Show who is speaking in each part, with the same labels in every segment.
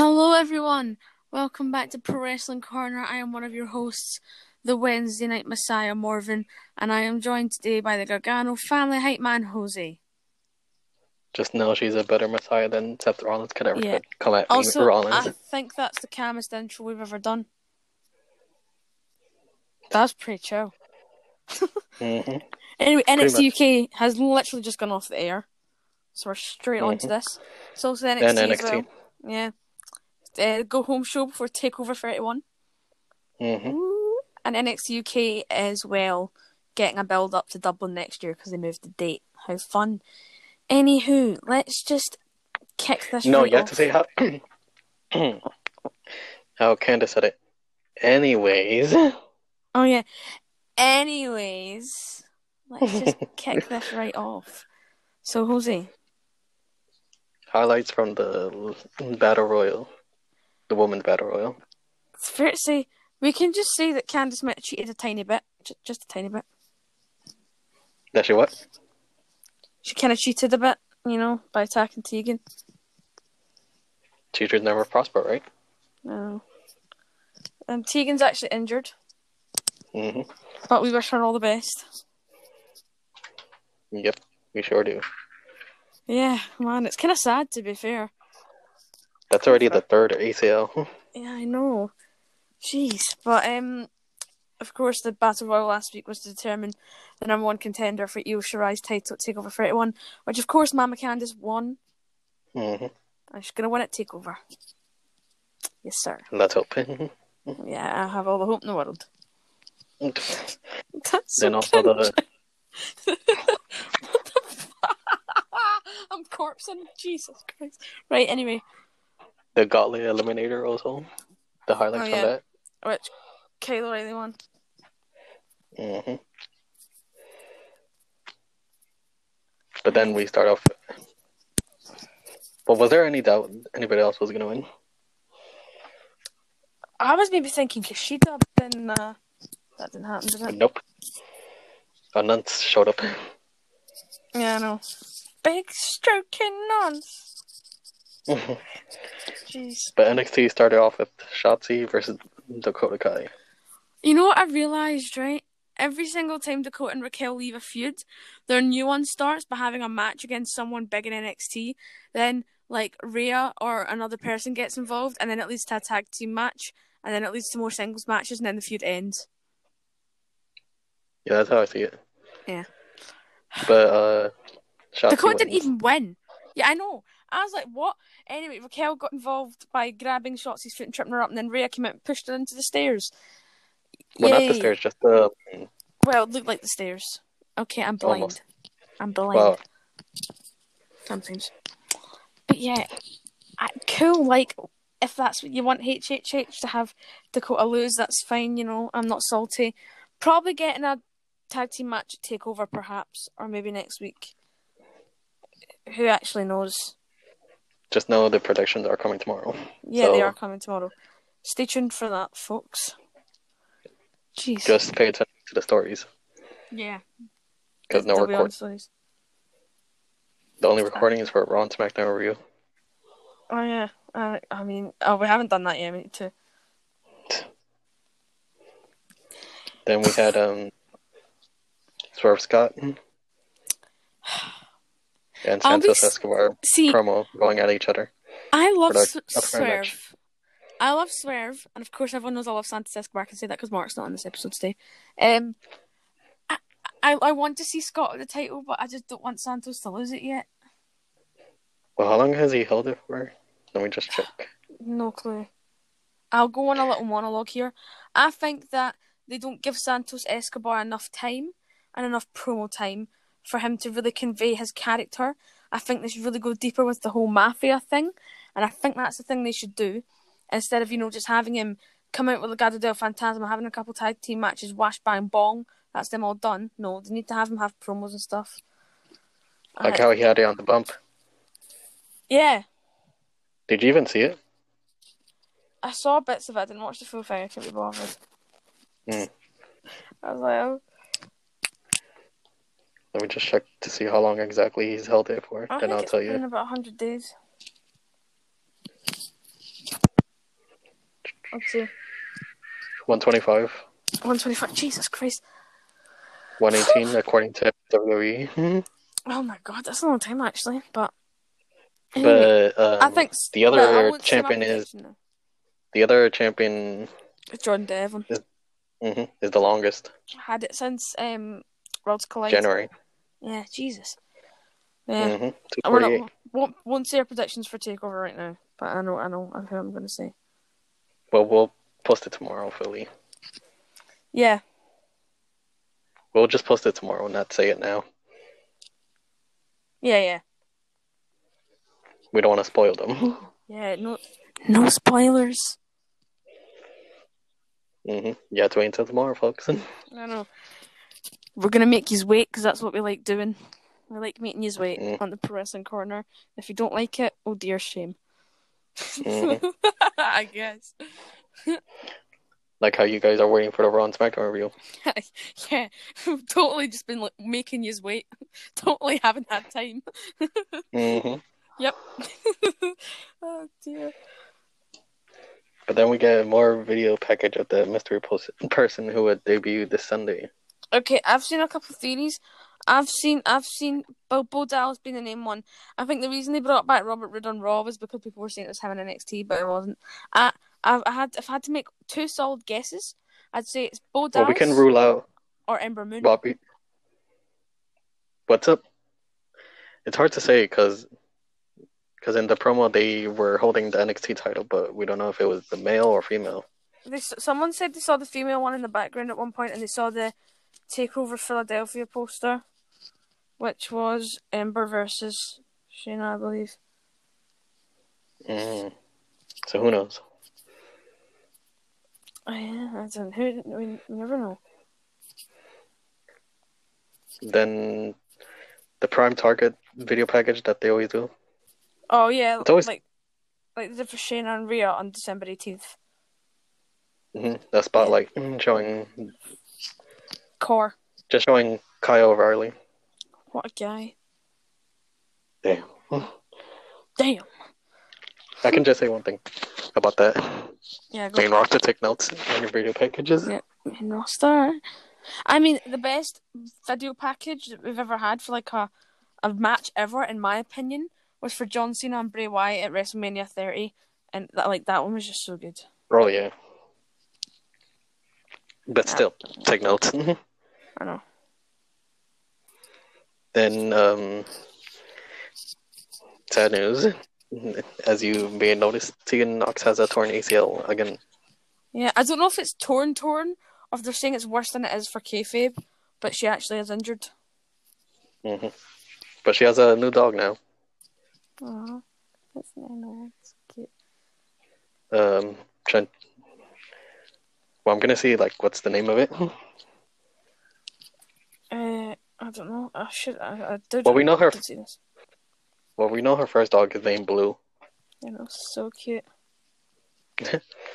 Speaker 1: everyone. Welcome back to Pro Wrestling Corner. I am one of your hosts, the Wednesday Night Messiah Morven, and I am joined today by the Gargano family hype man Jose.
Speaker 2: Just know she's a better Messiah than Seth Rollins could ever
Speaker 1: Yeah.
Speaker 2: come at me-
Speaker 1: Also, uh,
Speaker 2: Rollins.
Speaker 1: I think that's the calmest intro we've ever done. That's pretty chill.
Speaker 2: hmm
Speaker 1: Anyway,
Speaker 2: Pretty
Speaker 1: NXT UK has literally just gone off the air, so we're straight on to this. It's also NXT,
Speaker 2: And
Speaker 1: as well.
Speaker 2: NXT.
Speaker 1: Yeah, uh, go home show before Takeover Thirty One.
Speaker 2: hmm
Speaker 1: Ooh. And NXT UK as well, getting a build up to Dublin next year because they moved the date. How fun! Anywho, let's just kick this.
Speaker 2: No,
Speaker 1: right
Speaker 2: you have
Speaker 1: off.
Speaker 2: to say how. how Candace said it. Anyways,
Speaker 1: Oh yeah. Anyways, let's just kick this right off. So Jose,
Speaker 2: highlights from the Battle Royal, the women's Battle Royal.
Speaker 1: it's fair to say we can just say that Candice might have cheated a tiny bit, j- just a tiny bit.
Speaker 2: That she what?
Speaker 1: She kind of cheated a bit, you know, by attacking Tegan.
Speaker 2: Teachers never prosper, right?
Speaker 1: No. Um, Tegan's actually injured,
Speaker 2: hmm
Speaker 1: but we wish her all the best.
Speaker 2: Yep, we sure do.
Speaker 1: Yeah, man, it's kind of sad to be fair.
Speaker 2: That's already the third ACL.
Speaker 1: Yeah, I know. Jeez, but um, of course, the battle royal last week was to determine the number one contender for Io Shirai's title at Takeover 31, which of course Mama Candice won,
Speaker 2: hmm
Speaker 1: and she's gonna win at Takeover. Yes, sir.
Speaker 2: Let's hope.
Speaker 1: Yeah, I have all the hope in the world.
Speaker 2: then
Speaker 1: That's so
Speaker 2: also the
Speaker 1: I'm corpsing. Jesus Christ. Right. Anyway,
Speaker 2: the Gauntlet Eliminator also. The highlights
Speaker 1: Oh,
Speaker 2: from
Speaker 1: yeah.
Speaker 2: that.
Speaker 1: which Kyle O'Reilly won.
Speaker 2: hmm But then we start off. But was there any doubt anybody else was gonna win?
Speaker 1: I was maybe thinking Kushida, but then uh, that didn't happen, did it?
Speaker 2: Nope. A nunce showed up.
Speaker 1: Yeah, I know. Big stroking nonce.
Speaker 2: but
Speaker 1: Jeez.
Speaker 2: NXT started off with Shotzi versus Dakota Kai.
Speaker 1: You know what I realised, right? Every single time Dakota and Raquel leave a feud, their new one starts by having a match against someone big in NXT. Then, like, Rhea or another person gets involved, and then it leads to a tag team match, and then it leads to more singles matches, and then the feud ends.
Speaker 2: Yeah, that's how I see it.
Speaker 1: Yeah.
Speaker 2: But uh, Shotzi
Speaker 1: Dakota didn't
Speaker 2: wins.
Speaker 1: even win. Yeah, I know. I was like, what? Anyway, Raquel got involved by grabbing Shotzi's foot and tripping her up, and then Rhea came out and pushed her into the stairs.
Speaker 2: Well, not the
Speaker 1: e- Yay.
Speaker 2: stairs, just um, the
Speaker 1: Well, it looked like the stairs. Okay, I'm blind.
Speaker 2: Almost.
Speaker 1: I'm blind
Speaker 2: wow.
Speaker 1: sometimes. But yeah, I, cool. Like, if that's what you want HHH to have Dakota lose, that's fine. You know, I'm not salty. Probably getting a tag team match at Takeover, perhaps, or maybe next week. Who actually knows?
Speaker 2: Just know the predictions are coming tomorrow.
Speaker 1: Yeah, they
Speaker 2: So-
Speaker 1: are coming tomorrow. Stay tuned for that, folks. Jeez.
Speaker 2: Just pay attention to the stories
Speaker 1: yeah.
Speaker 2: because no
Speaker 1: they'll be on
Speaker 2: record.
Speaker 1: stories.
Speaker 2: The only recording is for Raw and SmackDown review.
Speaker 1: Oh yeah. Uh, I mean, oh, we haven't done that yet. We need to.
Speaker 2: Then we had um Swerve Scott and
Speaker 1: I'll be
Speaker 2: Santos
Speaker 1: s-
Speaker 2: Escobar
Speaker 1: See,
Speaker 2: promo going at each other.
Speaker 1: I love
Speaker 2: Product-
Speaker 1: S-
Speaker 2: that's very much.
Speaker 1: Swerve. I love Swerve, and of course everyone knows I love Santa Escobar. I can say that because Mark's not on this episode today. Um, I, I I want to see Scott at the title, but I just don't want Santos to lose it yet.
Speaker 2: Well, how long has he held it for? Let me just check.
Speaker 1: No clue. I'll go on a little monologue here. I think that they don't give Santos Escobar enough time and enough promo time for him to really convey his character. I think they should really go deeper with the whole mafia thing, and I think that's the thing they should do instead of you know just having him come out with Legado del Fantasma, having a couple tag team matches, wash bang bong. That's them all done. No, they need to have him have promos and stuff.
Speaker 2: Like
Speaker 1: I-
Speaker 2: how he had it on the bump.
Speaker 1: yeah,
Speaker 2: Did you even see it?
Speaker 1: I saw bits of it. I didn't watch the full thing. I couldn't be bothered.
Speaker 2: Hmm.
Speaker 1: I was like, oh.
Speaker 2: Let me just check to see how long exactly he's held it for,
Speaker 1: I
Speaker 2: and
Speaker 1: think
Speaker 2: I'll
Speaker 1: it's
Speaker 2: tell
Speaker 1: been
Speaker 2: you.
Speaker 1: about 100 days. I'd say
Speaker 2: 125,
Speaker 1: 125. Jesus Christ.
Speaker 2: 118, according to E. WWE.
Speaker 1: Oh my god, that's a long time actually. But anyway,
Speaker 2: but um,
Speaker 1: I think s-
Speaker 2: the other
Speaker 1: well, I won't say my
Speaker 2: champion is
Speaker 1: prediction now.
Speaker 2: the other champion
Speaker 1: It's John Devon.
Speaker 2: hmm is the longest
Speaker 1: Had it since um Worlds Collide.
Speaker 2: January.
Speaker 1: Yeah, Jesus. Yeah.
Speaker 2: hmm
Speaker 1: And We're not, won't, won't say our predictions for Takeover right now, but I know, I know, I know what I'm going to say.
Speaker 2: Well, we'll post it tomorrow, Philly.
Speaker 1: Yeah,
Speaker 2: We'll just post it tomorrow, not say it now.
Speaker 1: yeah, yeah,
Speaker 2: We don't want to spoil them.
Speaker 1: yeah. No, no spoilers.
Speaker 2: hmm You have to wait until tomorrow, folks.
Speaker 1: I know. We're going to make you wait because that's what we like doing. We like making you wait
Speaker 2: Mm.
Speaker 1: on the Pro Wrestling Corner. If you don't like it, oh dear, shame.
Speaker 2: Mhm.
Speaker 1: I guess.
Speaker 2: like how you guys are waiting for the Raw and SmackDown review.
Speaker 1: Yeah, we've totally just been like making you wait. totally haven't had time.
Speaker 2: hmm
Speaker 1: oh dear.
Speaker 2: But then we get more video package of the mystery pos- person who would debut this Sunday.
Speaker 1: Okay, I've seen a couple of theories. I've seen I've seen Bo, Bo Dallas being the name one. I think the reason they brought back Robert Roode on Raw was because people were saying it was him in NXT, but it wasn't. I I've I had if I had to make two solid guesses, I'd say it's Bo
Speaker 2: Well,
Speaker 1: Dallas
Speaker 2: we can rule out
Speaker 1: or Ember Moon.
Speaker 2: Bobby. What's up? It's hard to say because in the promo they were holding the NXT title, but we don't know if it was the male or female.
Speaker 1: They, s- someone said they saw the female one in the background at one point, and they saw the Takeover Philadelphia poster, which was Ember versus Shayna, I believe.
Speaker 2: Mm. So who knows?
Speaker 1: Oh, yeah, I don't. Who we, we never know.
Speaker 2: Then the prime target video package that they always do.
Speaker 1: Oh yeah,
Speaker 2: It's always-
Speaker 1: like like they did for Shane and Rhea on December eighteenth.
Speaker 2: hmm The spotlight mm, showing
Speaker 1: Core,
Speaker 2: just showing Kyle O'Reilly.
Speaker 1: what a guy!
Speaker 2: Damn.
Speaker 1: Damn.
Speaker 2: I can just say one thing about that.
Speaker 1: Yeah,
Speaker 2: Main
Speaker 1: go.
Speaker 2: roster take notes on your video packages.
Speaker 1: Yeah. No star. I mean, the best video package that we've ever had for like a a match ever, in my opinion, was for John Cena and Bray Wyatt at WrestleMania thirty, and that like that one was just so good.
Speaker 2: Oh yeah. But
Speaker 1: Yeah.
Speaker 2: still, take notes.
Speaker 1: I know.
Speaker 2: then um sad news. As you may have noticed, Tegan Knox has a torn ACL again.
Speaker 1: Yeah, I don't know if it's torn, torn, or if they're saying it's worse than it is for kayfabe, but she actually is injured.
Speaker 2: hmm But she has a new dog now.
Speaker 1: Aww, that's not nice. Cute.
Speaker 2: Um trying... Well I'm gonna see like what's the name of it.
Speaker 1: Uh, I don't know. I should. I, I did.
Speaker 2: Well, we know her-
Speaker 1: I did see this.
Speaker 2: Well we know her first dog is named Blue.
Speaker 1: You know, so cute.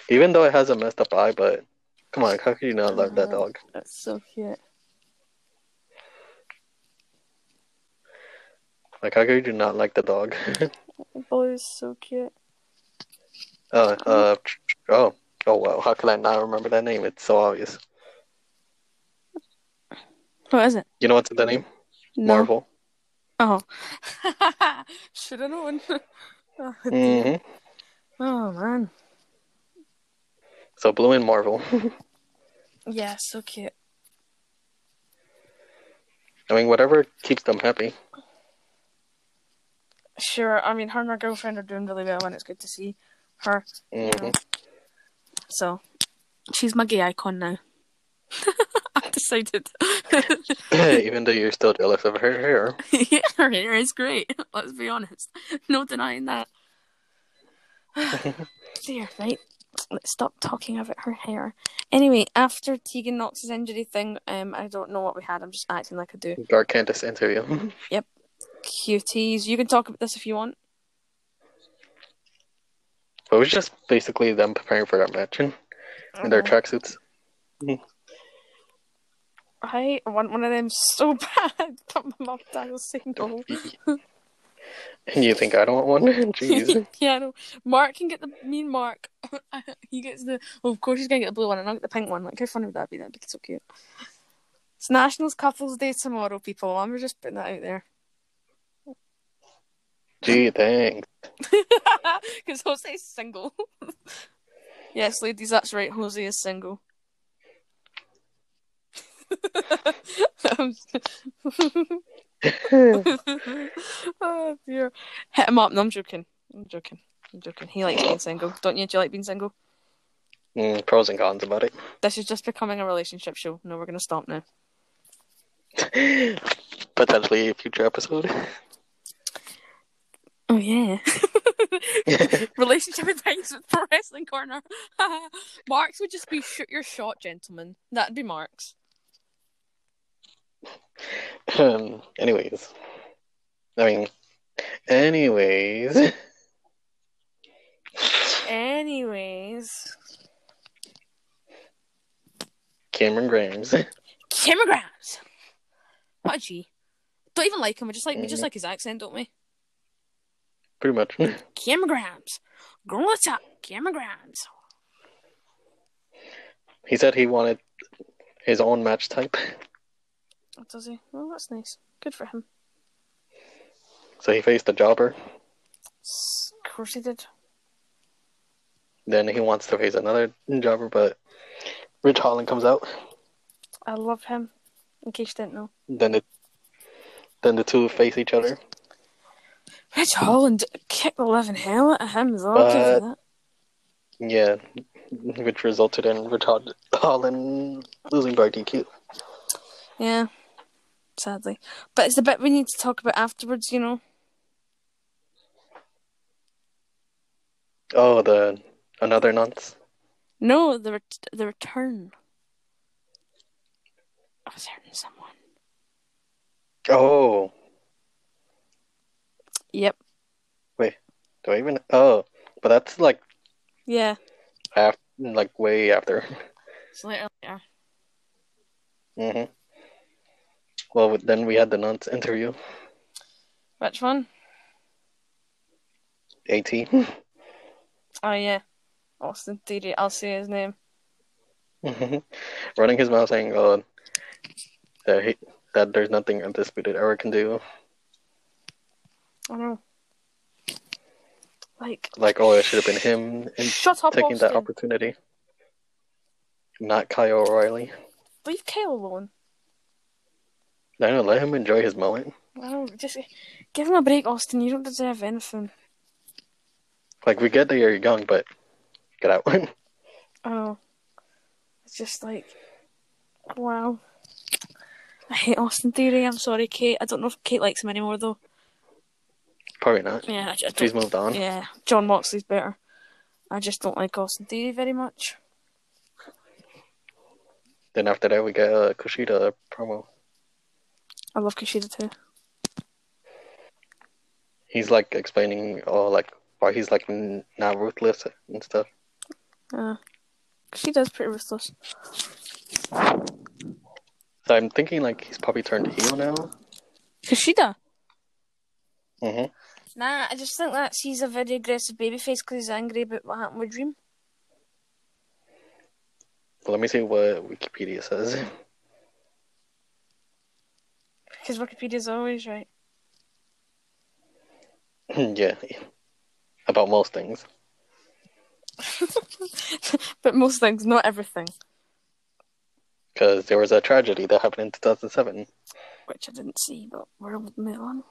Speaker 2: Even though it has a messed up eye, but come on, how could you not love that
Speaker 1: Uh-huh.
Speaker 2: dog?
Speaker 1: That's so cute.
Speaker 2: Like how could you not like the dog?
Speaker 1: Blue is so cute.
Speaker 2: Uh, uh, tr- tr- oh, oh wow! How could I not remember that name? It's so obvious.
Speaker 1: What is it?
Speaker 2: You know what's the name?
Speaker 1: No.
Speaker 2: Marvel.
Speaker 1: Oh. should have known. oh, dear.
Speaker 2: hmm
Speaker 1: Oh, man.
Speaker 2: So Blue and Marvel.
Speaker 1: Yeah, so cute.
Speaker 2: I mean, whatever keeps them happy.
Speaker 1: Sure. I mean, her and her girlfriend are doing really well, and it's good to see her.
Speaker 2: hmm
Speaker 1: So, she's my gay icon now. I decided.
Speaker 2: Even though you're still jealous of her hair.
Speaker 1: her hair is great. Let's be honest. No denying that. Dear, right? Let's stop talking about her hair. Anyway, after Tegan Knox's injury thing, um, I don't know what we had. I'm just acting like I do.
Speaker 2: Dark Candace
Speaker 1: Mm-hmm.
Speaker 2: interview.
Speaker 1: Cuties, you can talk about this if you want.
Speaker 2: But it was just basically them preparing for that match in in their
Speaker 1: Uh-huh.
Speaker 2: tracksuits.
Speaker 1: I want one of them so bad, but my mum dad will say no.
Speaker 2: And Oh. you think I don't want one? Jeez.
Speaker 1: yeah, I know. Mark can get the mean Mark. he gets the. Well, of course he's gonna get the blue one, and I'll get the pink one. Like how funny would that be? That'd be so cute. It's Nationals Couples Day tomorrow, people. I'm just putting that out there.
Speaker 2: Gee, thanks.
Speaker 1: Because Jose's single. yes, ladies, that's right. Jose is single. I'm- oh dear. Hit him up. No, I'm joking. I'm joking. I'm joking. He likes being single. Don't you? Do you like being single?
Speaker 2: Mm, pros and cons about it.
Speaker 1: This is just becoming a relationship show. No, we're going to stop now.
Speaker 2: Potentially a future episode.
Speaker 1: Oh, yeah. Relationship advice with Pro Wrestling Corner. Marks would just be shoot your shot, gentlemen. That'd be Marks.
Speaker 2: um, anyways. I mean, anyways.
Speaker 1: Anyways,
Speaker 2: Cameron Grimes.
Speaker 1: Cameron Grimes. What a G. Don't even like him. We just like we just like his accent, don't we?
Speaker 2: Pretty much.
Speaker 1: Cameron Grimes. Grow it up, Cameron Grimes.
Speaker 2: He said he wanted his own match type.
Speaker 1: Oh, does he? Well, that's nice. Good for him.
Speaker 2: So he faced a jobber.
Speaker 1: S- Of course he did.
Speaker 2: Then he wants to face another jobber, but Rich Holland comes out.
Speaker 1: I love him. In case you didn't know,
Speaker 2: Then it then the two face each other.
Speaker 1: Rich Holland kicked the living hell out of him. Though, I'll give you
Speaker 2: But-
Speaker 1: that.
Speaker 2: Yeah. Which resulted in Rich Hol- Holland losing by DQ.
Speaker 1: Yeah, sadly, but it's the bit we need to talk about afterwards. You know,
Speaker 2: Oh, the another nonce.
Speaker 1: no, the ret- the return of a certain someone.
Speaker 2: Oh,
Speaker 1: Yep.
Speaker 2: do I even? Oh, but that's like
Speaker 1: Yeah.
Speaker 2: af- like way after.
Speaker 1: It's later. later.
Speaker 2: hmm Well, then we had the nonce interview.
Speaker 1: Which one?
Speaker 2: At
Speaker 1: Oh yeah, Austin Theory. I'll say his name.
Speaker 2: Mhm. running his mouth saying, "Oh, that he, that there's nothing undisputed era can do."
Speaker 1: I know. Like,
Speaker 2: Like, oh, it should have been him in
Speaker 1: shut up,
Speaker 2: taking
Speaker 1: Austin.
Speaker 2: that opportunity, not Kyle O'Reilly.
Speaker 1: Leave Kyle alone.
Speaker 2: No, no, let him enjoy his moment.
Speaker 1: I don't, just give him a break, Austin. You don't deserve anything.
Speaker 2: Like, we get that you're young, but get out.
Speaker 1: I know. Oh. It's just like, wow. I hate Austin Theory. I'm sorry, Kate. I don't know if Kate likes him anymore, though.
Speaker 2: Probably not.
Speaker 1: Yeah, I, I don't-
Speaker 2: She's moved on.
Speaker 1: Yeah, John Moxley's better. I just don't like Austin Theory very much.
Speaker 2: Then after that, we get a Kushida promo.
Speaker 1: I love Kushida too.
Speaker 2: He's like explaining, oh, like why he's like n- not ruthless and stuff.
Speaker 1: Uh, Kushida's pretty ruthless.
Speaker 2: So I'm thinking like he's probably turned heel now.
Speaker 1: Kushida?
Speaker 2: hmm
Speaker 1: Nah, I just think that he's a very aggressive babyface because he's angry about what happened with Dream.
Speaker 2: Let me see what Wikipedia says.
Speaker 1: Because Wikipedia's always right.
Speaker 2: yeah, about most things.
Speaker 1: but most things, not everything.
Speaker 2: Because there was a tragedy that happened in 2007.
Speaker 1: Which I didn't see, but we're we'll move on.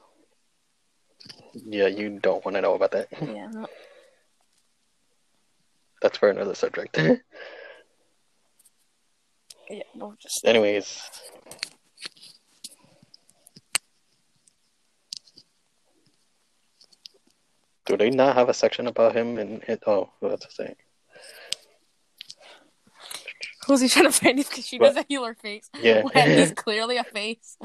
Speaker 2: Yeah, you don't want to know about that.
Speaker 1: Yeah, I'm not.
Speaker 2: That's for another subject.
Speaker 1: Yeah, we'll just.
Speaker 2: Anyways. Do they not have a section about him and it? Oh, that's the thing.
Speaker 1: Who's he trying to find? Because she
Speaker 2: But-
Speaker 1: does a healer face.
Speaker 2: Yeah.
Speaker 1: When he's clearly a face.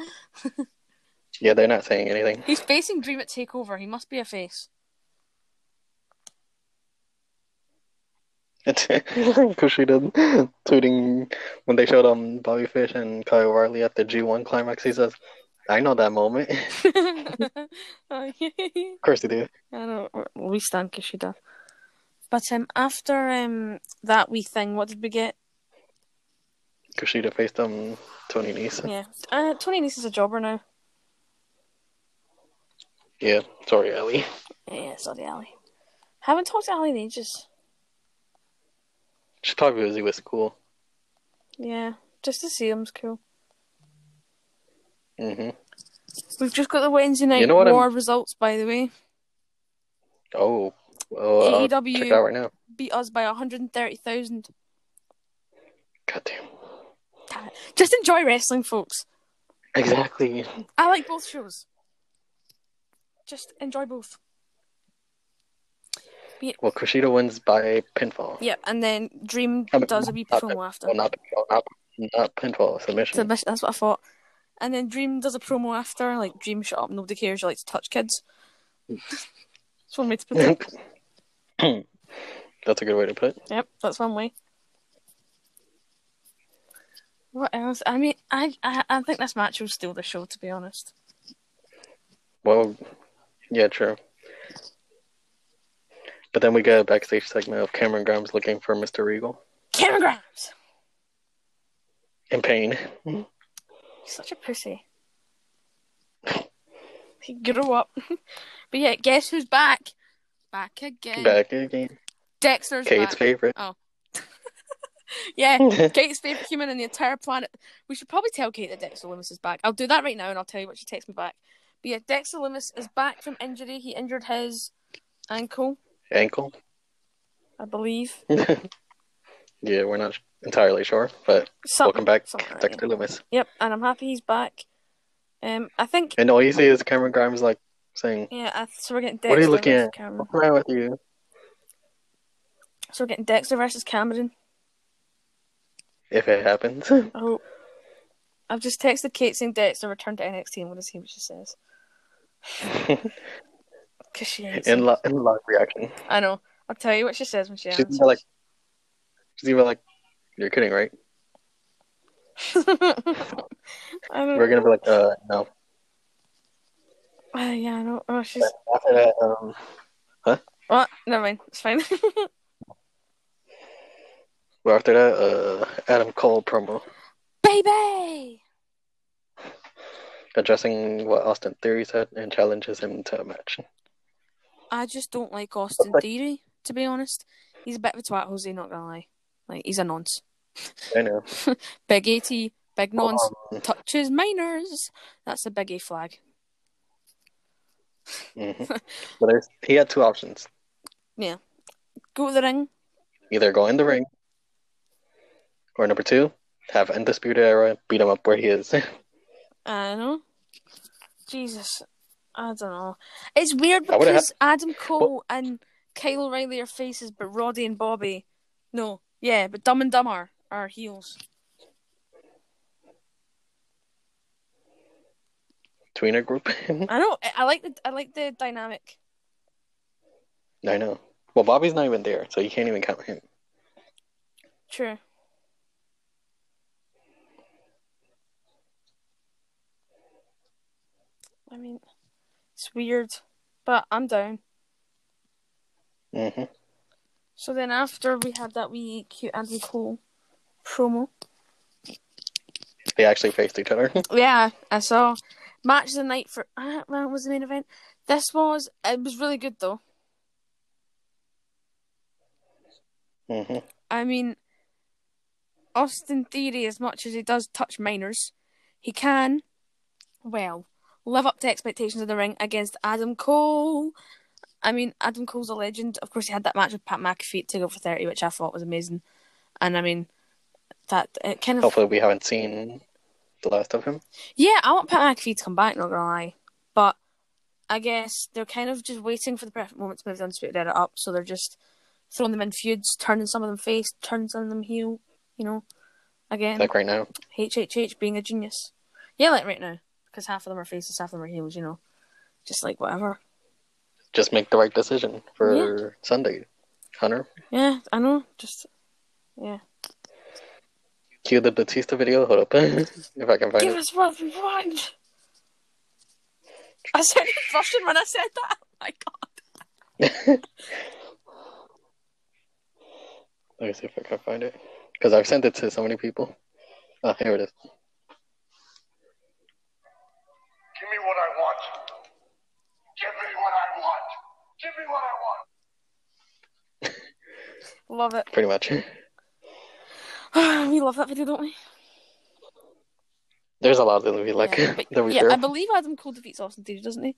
Speaker 2: Yeah, they're not saying anything.
Speaker 1: He's facing Dream at Takeover. He must be a face.
Speaker 2: Kushida tweeting when they showed um Bobby Fish and Kyle O'Reilly at the G1 climax. He says, I know that moment. of
Speaker 1: I
Speaker 2: course they do.
Speaker 1: know we stand Kushida. But um, after um that wee thing, what did we get?
Speaker 2: Kushida faced um Tony Nese.
Speaker 1: Yeah, uh, Tony Nese is a jobber now.
Speaker 2: Yeah, sorry, Ellie.
Speaker 1: Yeah, sorry, Ali. Haven't talked to Ali in ages.
Speaker 2: She's probably busy with school.
Speaker 1: Yeah, just to see him's cool.
Speaker 2: hmm
Speaker 1: We've just got the Wednesday night
Speaker 2: You know what I'm-
Speaker 1: war results, by the way.
Speaker 2: Oh, well, I'll
Speaker 1: AEW.
Speaker 2: check it out right now.
Speaker 1: Beat us by 130,000.
Speaker 2: Goddamn.
Speaker 1: Just enjoy wrestling, folks.
Speaker 2: Exactly.
Speaker 1: I like both shows. Just enjoy both.
Speaker 2: Well, Kushida wins by pinfall.
Speaker 1: Yeah, and then Dream
Speaker 2: I mean,
Speaker 1: does a wee
Speaker 2: not
Speaker 1: promo after.
Speaker 2: Well, not pinfall, not, not pinfall, submission.
Speaker 1: Submission, that's what I thought. And then Dream does a promo after, like, Dream, shut up, nobody cares, you like to touch kids. that's one way to put it.
Speaker 2: That's a good way to put it.
Speaker 1: Yep, that's one way. What else? I mean, I, I I think this match will steal the show, to be honest.
Speaker 2: Well, yeah, true. But then we get a backstage segment of Cameron Grimes looking for Mr. Regal
Speaker 1: Cameron Grimes!
Speaker 2: in pain.
Speaker 1: He's such a pussy. he grew up. but yeah, guess who's back? Back again.
Speaker 2: Back again.
Speaker 1: Dexter's
Speaker 2: Kate's
Speaker 1: back.
Speaker 2: favorite.
Speaker 1: Yeah, Kate's favorite human on the entire planet. We should probably tell Kate that Dexter Loomis is back. I'll do that right now, and I'll tell you what she texts me back. But yeah, Dexter Loomis is back from injury. He injured his ankle,
Speaker 2: Ankle.
Speaker 1: I believe.
Speaker 2: Yeah, we're not entirely sure, but welcome
Speaker 1: Something-
Speaker 2: back,
Speaker 1: something like that, yeah.
Speaker 2: Dexter Loomis.
Speaker 1: Yep, and I'm happy he's back. Um, I think
Speaker 2: And all you see is Cameron Grimes like saying,
Speaker 1: yeah. I, so we're getting Dexter.
Speaker 2: What are you looking
Speaker 1: versus
Speaker 2: at?
Speaker 1: Cameron.
Speaker 2: "What's wrong with you?"
Speaker 1: So we're getting Dexter versus Cameron.
Speaker 2: If it happens,
Speaker 1: I hope. Oh. I've just texted Kate saying Dexter returned to NXT and want to see what she says. Cause she hates
Speaker 2: in
Speaker 1: him.
Speaker 2: li- in live reaction,
Speaker 1: I know. I'll tell you what she says when she
Speaker 2: she's
Speaker 1: answers.
Speaker 2: even like, she's even like, "You're kidding, right?"
Speaker 1: I don't,
Speaker 2: We're gonna be like, "Uh, no."
Speaker 1: Uh, yeah, I know. Oh, she's.
Speaker 2: After that, um,
Speaker 1: What? Never mind. It's fine.
Speaker 2: well, after that, uh, Adam Cole promo
Speaker 1: Baby!
Speaker 2: addressing what Austin Theory said and challenges him to a match.
Speaker 1: I just don't like Austin Theory, to be honest. He's a bit of a twat, Jose, not gonna lie. Like, he's a nonce.
Speaker 2: I know.
Speaker 1: Big 80, big nonce.
Speaker 2: Um,
Speaker 1: touches minors. That's a big A flag.
Speaker 2: mhm. But there's, he had two options:
Speaker 1: Go to the ring.
Speaker 2: either go in the ring, or number two, have Undisputed Era beat him up where he is.
Speaker 1: I don't know. Jesus. I don't know. It's weird
Speaker 2: I would've
Speaker 1: because Adam Cole and Kyle O'Reilly are faces, but Roddy and Bobby. No. Yeah, but Dumb and Dumber are heels.
Speaker 2: Tweener group.
Speaker 1: I know. I- I like the I like the dynamic.
Speaker 2: I know. Well, Bobby's not even there, so you can't even count him.
Speaker 1: True. I mean, it's weird, but I'm down. Mm-hmm.
Speaker 2: hmm
Speaker 1: So then after we had that wee cute Adam Cole promo.
Speaker 2: They actually faced each other.
Speaker 1: Yeah, I saw match of the night for uh, what was the main event? This was it was really good though.
Speaker 2: hmm
Speaker 1: I mean, Austin Theory, as much as he does touch minors, he can well live up to expectations in the ring against Adam Cole. I mean, Adam Cole's a legend. Of course, he had that match with Pat McAfee at Takeover Thirty, which I thought was amazing. And I mean, that it kind of
Speaker 2: Hopefully, we haven't seen the last of him.
Speaker 1: Yeah, I want Pat McAfee to come back, not gonna lie. But I guess they're kind of just waiting for the perfect moment to move the Undisputed Era up, so they're just throwing them in feuds, turning some of them face, turning some of them heel, you know. Again,
Speaker 2: Like right now.
Speaker 1: HHH being a genius. Yeah, like right now, because half of them are faces, half of them are heels, you know. Just like whatever.
Speaker 2: Just make the right decision for Sunday. Hunter,
Speaker 1: Yeah, I know. Just
Speaker 2: cue the Batista video. Hold up. if I can find
Speaker 1: give
Speaker 2: it.
Speaker 1: us what we want. I sounded Russian when I said that. Oh my god.
Speaker 2: Let me see if I can find it. Because I've sent it to so many people. Oh, here it is.
Speaker 3: Give me what I want. Give me what I want. Give me what I want.
Speaker 1: Love it.
Speaker 2: Pretty much.
Speaker 1: we love that video, don't we?
Speaker 2: There's a lot that we like.
Speaker 1: yeah, but-
Speaker 2: that we
Speaker 1: yeah,
Speaker 2: do.
Speaker 1: I believe Adam Cole defeats Austin Theory, doesn't he?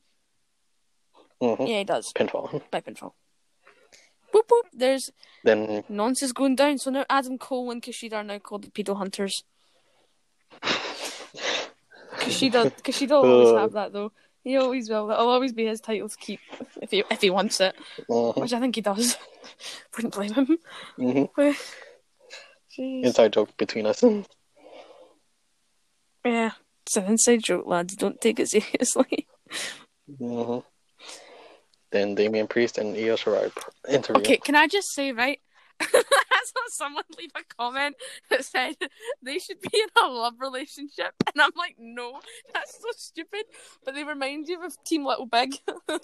Speaker 2: Mhm.
Speaker 1: Yeah, he does.
Speaker 2: Pinfall.
Speaker 1: By pinfall. Boop boop. There's
Speaker 2: Then
Speaker 1: nonsense going down. So now Adam Cole and Kushida are now called the pedo hunters. Kushida, Kushida will always have that though. He always will. That'll always be his title to keep if he if he wants it,
Speaker 2: mhm,
Speaker 1: which I think he does. Wouldn't blame him.
Speaker 2: mhm.
Speaker 1: Jeez.
Speaker 2: inside joke between us.
Speaker 1: Yeah, it's an inside joke, lads. Don't take it seriously.
Speaker 2: Mhm. Then Damian Priest and Io Shirai pr- interview.
Speaker 1: Okay, can I just say, right? I saw someone leave a comment that said they should be in a love relationship, and I'm like, no, that's so stupid. But they remind you of Team Little Big.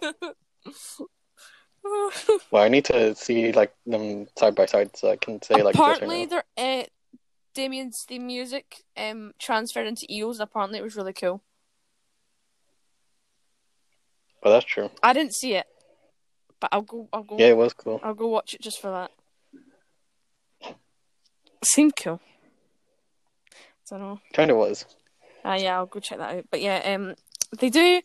Speaker 2: Well, I need to see like them side by side so I can say like yes or
Speaker 1: apparently,
Speaker 2: no.
Speaker 1: their uh, Damien's theme music um transferred into Eels. and Apparently, it was really cool.
Speaker 2: But that's true.
Speaker 1: I didn't see it, but I'll go. I'll go.
Speaker 2: Yeah, it was cool.
Speaker 1: I'll go watch it just for that. Seemed cool. don't know.
Speaker 2: Kind of was.
Speaker 1: Ah, yeah, I'll go check that out. But yeah, um, they do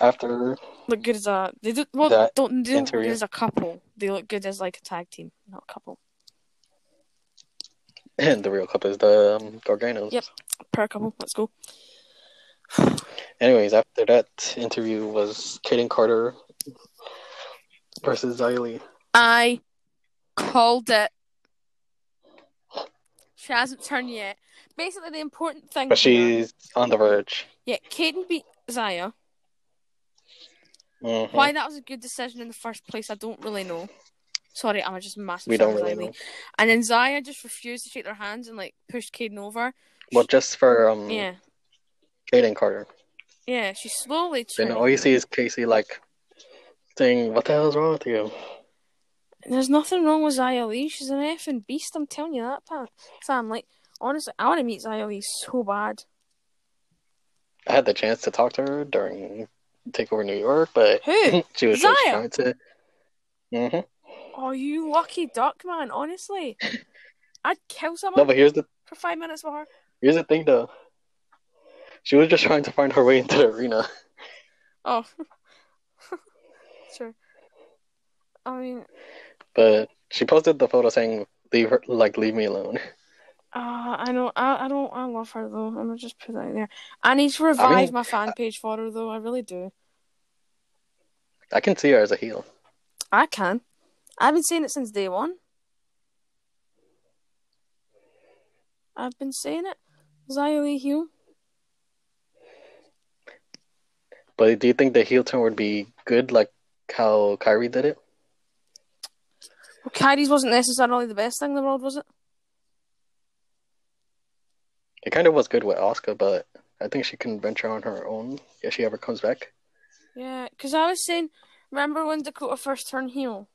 Speaker 2: After
Speaker 1: look good as a they do well
Speaker 2: That
Speaker 1: don't they don't look
Speaker 2: interview.
Speaker 1: good as a couple. They look good as like a tag team, not a couple.
Speaker 2: the real cup is the um, Garganos.
Speaker 1: Yep. Per couple, let's go.
Speaker 2: Anyways, after that interview was Kaden Carter versus Zaylee.
Speaker 1: I called it. She hasn't turned yet. Basically, the important thing.
Speaker 2: But
Speaker 1: here-
Speaker 2: she's on the verge.
Speaker 1: yeah, Caden beat Zaya.
Speaker 2: Mhm.
Speaker 1: Why that was a good decision in the first place, I don't really know. Sorry, I'm just massive.
Speaker 2: We don't
Speaker 1: fan of
Speaker 2: really
Speaker 1: Zaya Lee.
Speaker 2: know.
Speaker 1: And then Zaya just refused to shake their hands and like pushed Caden over.
Speaker 2: Well, just for um,
Speaker 1: Yeah,
Speaker 2: Kaden Carter.
Speaker 1: yeah. She slowly
Speaker 2: Then
Speaker 1: turned.
Speaker 2: all you see is Casey like saying, "What the hell's wrong with you?"
Speaker 1: There's nothing wrong with Zaya Lee. She's an effing beast. I'm telling you that, Pat. Fam, like honestly, I want to meet Zaya Lee so bad.
Speaker 2: I had the chance to talk to her during Takeover New York, but
Speaker 1: Who?
Speaker 2: she was just
Speaker 1: Zaya?
Speaker 2: trying to. hmm
Speaker 1: Oh, you lucky duck, man. Honestly, I'd kill someone
Speaker 2: No, but here's the
Speaker 1: for five minutes with her.
Speaker 2: here's the thing though. She was just trying to find her way into the arena.
Speaker 1: Oh, sure. I mean,
Speaker 2: But she posted the photo saying, "Leave her, like, leave me alone."
Speaker 1: Uh, I know. I, I don't. I love her though. I'm gonna just put that in there. I need to revive
Speaker 2: mean-
Speaker 1: my fan page for her though. I really do.
Speaker 2: I can see her as a heel.
Speaker 1: I can. I've been saying it since day one. I've been saying it. Zaylee Hugh.
Speaker 2: But do you think the heel turn would be good, like how Kyrie did it?
Speaker 1: Well, Kyrie's wasn't necessarily the best thing in the world, was it?
Speaker 2: It kind of was good with Oscar, but I think she can venture on her own if she ever comes back.
Speaker 1: Yeah, because I was saying, remember when Dakota first turned heel,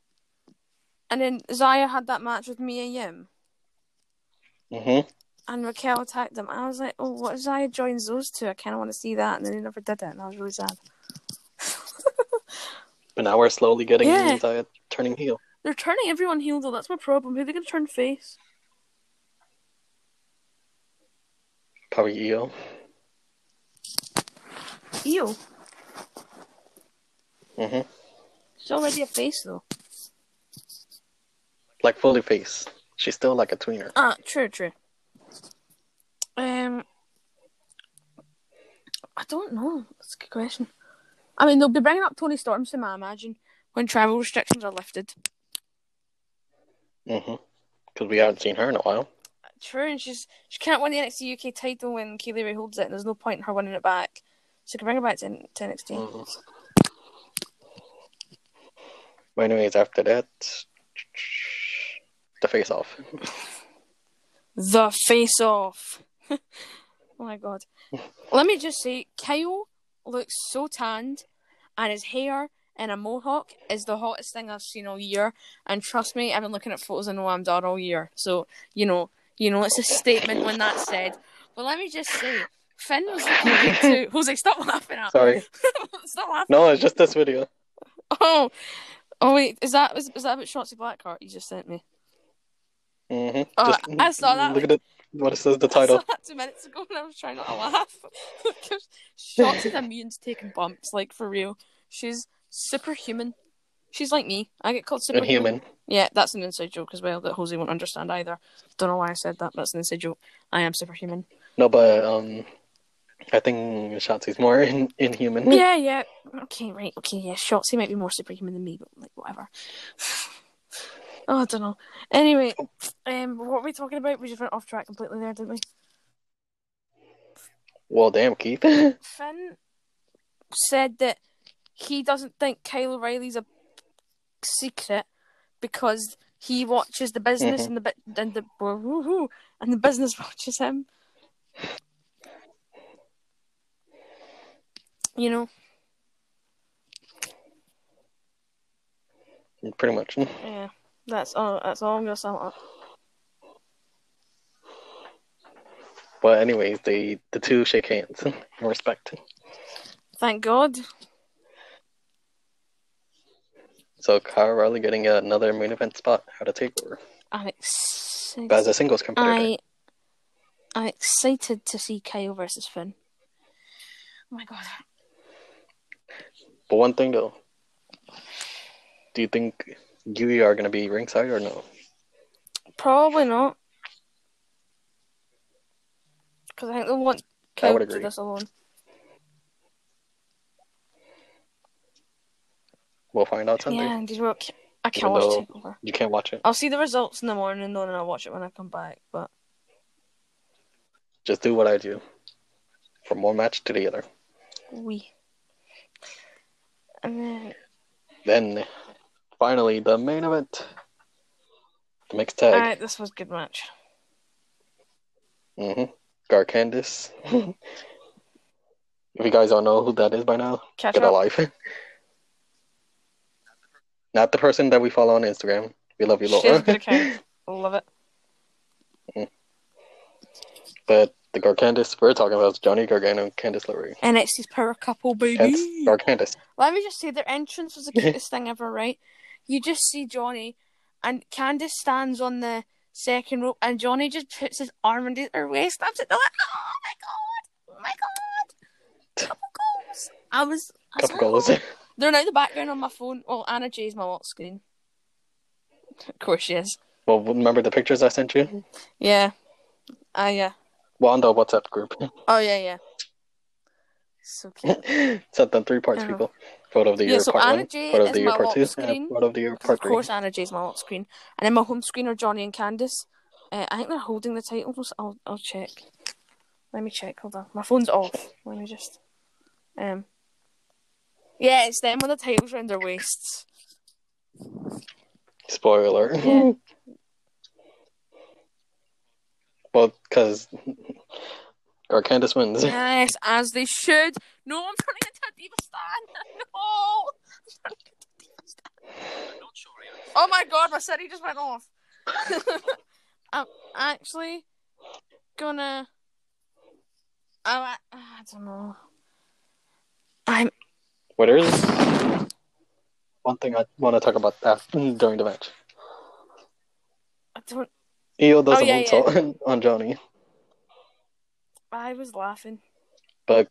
Speaker 1: and then Zaya had that match with Mia Yim,
Speaker 2: hmm
Speaker 1: and Raquel attacked them. I was like, oh, what if Zaya joins those two? I kind of want to see that, and then they never did it, and I was really sad.
Speaker 2: But now we're slowly getting
Speaker 1: Yeah.
Speaker 2: Zaya turning heel.
Speaker 1: They're turning everyone heel though. That's my problem. Who are they gonna turn face?
Speaker 2: Probably Io.
Speaker 1: Ew.
Speaker 2: hmm
Speaker 1: She's already a face though.
Speaker 2: Like fully face. She's still like a tweener.
Speaker 1: Ah, true, true. Um, I don't know. That's a good question. I mean, they'll be bringing up Tony Storm soon, I imagine, when travel restrictions are lifted.
Speaker 2: hmm Because we haven't seen her in a while.
Speaker 1: True, and she's she can't win the NXT UK title when Kaylee Ray holds it, and there's no point in her winning it back. She can bring it back to, to NXT.
Speaker 2: hmm But anyways, after that, the face off.
Speaker 1: The face off. oh my god. Let me just say, Kyle looks so tanned and his hair and a mohawk is the hottest thing I've seen all year. And trust me, I've been looking at photos and know I'm done all year. So you know, you know, it's a statement when that's said. But let me just say, Finn was looking good too. Jose, stop laughing at
Speaker 2: Sorry.
Speaker 1: me. Stop laughing.
Speaker 2: No, it's just this video.
Speaker 1: Oh, oh wait, is that is, is that about Shotzi Blackheart you just sent me?
Speaker 2: hmm
Speaker 1: Oh, I saw that
Speaker 2: Look at it, what it says. The
Speaker 1: I
Speaker 2: title.
Speaker 1: saw that two minutes ago and I was trying not to laugh. Because Shotzi's immune to taking bumps, like for real. She's superhuman. She's like me. I get called superhuman.
Speaker 2: Inhuman.
Speaker 1: Yeah, that's an inside joke as well that Jose won't understand either. Don't know why I said that, but that's an inside joke. I am superhuman.
Speaker 2: No, but um, I think Shotzi's more in, inhuman.
Speaker 1: Yeah, yeah. Okay, right. Okay, yeah. Shotzi might be more superhuman than me, but like whatever. Oh, I don't know. Anyway, um, what were we talking about? We just went off track completely there, didn't we?
Speaker 2: Well, damn, Keith. I
Speaker 1: Finn said that he doesn't think Kyle O'Reilly's a secret because he watches the business and the bu- and the woo-hoo, and the business watches him. You know,
Speaker 2: Pretty much.
Speaker 1: yeah. That's all. That's all I'm gonna sum it up.
Speaker 2: But anyways, they the two shake hands. in Respect.
Speaker 1: Thank God.
Speaker 2: So Kyle Riley getting another main event spot at a takeover
Speaker 1: I'm excited.
Speaker 2: as a singles competitor.
Speaker 1: I I'm excited to see Kyle versus Finn. Oh my God.
Speaker 2: But one thing though, do you think Yui are gonna be ringside or no?
Speaker 1: Probably not. Because I think they'll want
Speaker 2: I
Speaker 1: Kyle
Speaker 2: would
Speaker 1: to do
Speaker 2: agree.
Speaker 1: this alone.
Speaker 2: We'll find out Sunday.
Speaker 1: Yeah, indeed. Well, ca- I can't
Speaker 2: Even
Speaker 1: watch
Speaker 2: though-
Speaker 1: Takeover.
Speaker 2: You can't watch it.
Speaker 1: I'll see the results in the morning though, and I'll watch it when I come back. But
Speaker 2: Just do what I do. From one match to the other.
Speaker 1: we. And then
Speaker 2: Then finally the main event. The mixed tag.
Speaker 1: alright, this was a good match.
Speaker 2: Mm-hmm. Garcandis. if you guys don't know who that is by now,
Speaker 1: Catch
Speaker 2: get
Speaker 1: up.
Speaker 2: a life. Not the person that we follow on Instagram. We love you,
Speaker 1: She has a
Speaker 2: Laura.
Speaker 1: good account. Love it.
Speaker 2: but the Garcandis we're talking about is Johnny Gargano and Candice LeRae.
Speaker 1: NXT's power couple,
Speaker 2: Hence,
Speaker 1: baby.
Speaker 2: Garcandis.
Speaker 1: Let me just say, their entrance was the cutest thing ever, right? You just see Johnny, and Candace stands on the second rope, and Johnny just puts his arm into her waist, and it. They're like, oh my god, oh my god, couple goals. I was. I was
Speaker 2: Couple
Speaker 1: like,
Speaker 2: goals.
Speaker 1: "Oh." They're now the background on my phone. Well, Anna J's my lock screen. Of course she is.
Speaker 2: well, remember the pictures I sent you?
Speaker 1: Yeah. Ah, yeah.
Speaker 2: Well, on the WhatsApp group.
Speaker 1: Oh, yeah, yeah. So cute.
Speaker 2: sent them three parts,
Speaker 1: Oh.
Speaker 2: people. Photo of the
Speaker 1: Yeah,
Speaker 2: year,
Speaker 1: so
Speaker 2: part
Speaker 1: Anna
Speaker 2: one.
Speaker 1: Jay
Speaker 2: Photo of
Speaker 1: is
Speaker 2: the year,
Speaker 1: my
Speaker 2: part
Speaker 1: lock
Speaker 2: two.
Speaker 1: screen,
Speaker 2: And photo of the year,
Speaker 1: Of
Speaker 2: part three.
Speaker 1: course, Anna J's my lock screen, and then my home screen are Johnny and Candice. Uh, I think they're holding the titles. I'll I'll check. Let me check. Hold on, my phone's off. Let me just. Um. Yeah, it's them with the titles round their waists.
Speaker 2: Spoiler.
Speaker 1: Yeah.
Speaker 2: Well, because or Candace wins.
Speaker 1: yes, as they should. No, I'm turning into a diva stan. No. I'm turning into a diva stan. Oh my god, my city just went off. I'm actually gonna. I'm. a- I don't know. I'm.
Speaker 2: What is one thing I want to talk about after, during the match?
Speaker 1: I don't.
Speaker 2: Io does
Speaker 1: Oh,
Speaker 2: a
Speaker 1: yeah,
Speaker 2: moonsault on Johnny,
Speaker 1: I was laughing.
Speaker 2: but